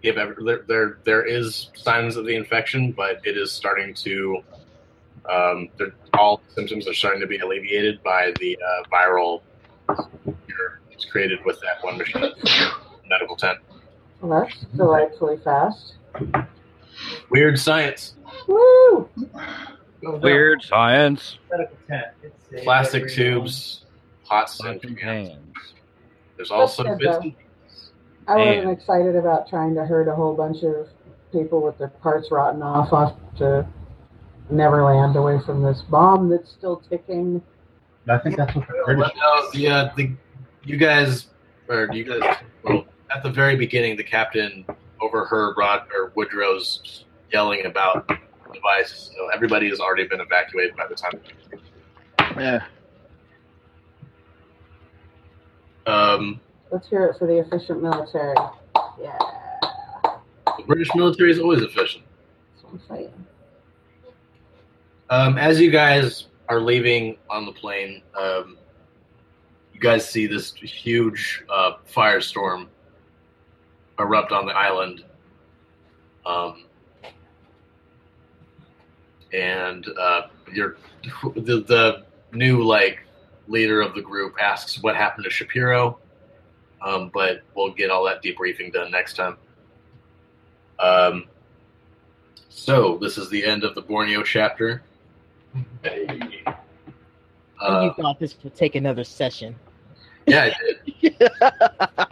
give every, there, there. There is signs of the infection, but it is starting to. Um, they're- all symptoms are starting to be alleviated by the uh, viral cure that's created with that one machine medical tent. Well, that's delightfully fast. Weird science, Woo! Weird science. Medical tent. It's a- plastic tubes, hot sink. There's also That's good, bits though. and I wasn't Man. excited about trying to herd a whole bunch of people with their parts rotten off off to Neverland away from this bomb that's still ticking. I think that's what the British. But no, the, uh, the you guys or you guys well, at the very beginning, the captain overheard Rod or Woodrow's yelling about devices. So everybody has already been evacuated by the time. Yeah. Um, Let's hear it for the efficient military. Yeah, the British military is always efficient. that's what I'm saying. Um, as you guys are leaving on the plane, um, you guys see this huge uh, firestorm erupt on the island. Um, and uh, your the, the new like leader of the group asks what happened to Shapiro, um, but we'll get all that debriefing done next time. Um, so this is the end of the Borneo chapter. And Uh, you thought this would take another session. yeah, I did. I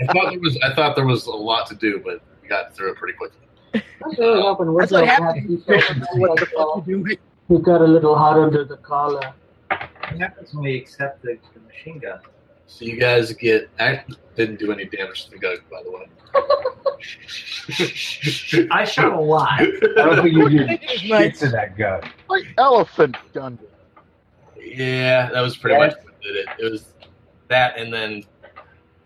thought there was I thought there was a lot to do, but we got through it pretty quickly. I was really hoping That's Woodrow what had happened. What the fuck He got a little hot under the collar. What happens when we accept the, the machine gun? So you guys get I didn't do any damage to the Gug, by the way. I shot a lot. I don't think you did As shit much. to that guy. Like elephant gun. yeah, that was pretty Yeah. much what did it. It was that and then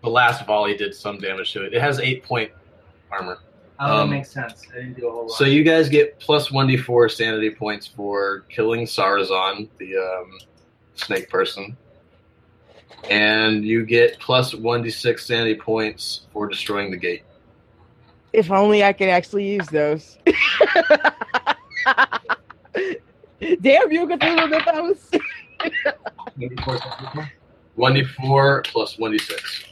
the last volley did some damage to it. It has eight point armor. Oh, Um, that makes sense. I didn't do a whole lot. So you guys get plus one d four sanity points for killing Sarazon, the um, snake person, and you get plus one d six sanity points for destroying the gate. If only I could actually use those. Damn you, Cthulhu Mythos. Maybe four seconds. One d four plus one d six.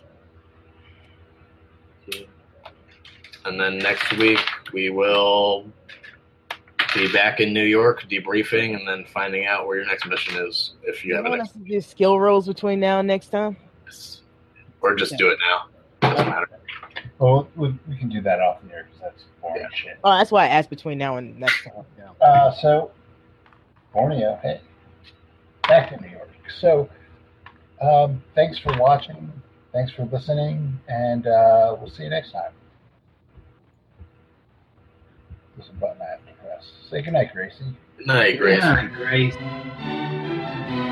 And then next week we will be back in New York debriefing and then finding out where your next mission is if you You have an want us to do skill rolls between now and next time? or just do it now. Doesn't matter. Well, we, we can do that off the air because that's boring shit. Oh, that's why I asked between now and next time. Uh, so, Borneo, hey, back to New York. So, um, thanks for watching. Thanks for listening, and uh, we'll see you next time. There's a button I have to press. Say goodnight, Gracie. Good night, Grace. Yeah, Grace. Grace.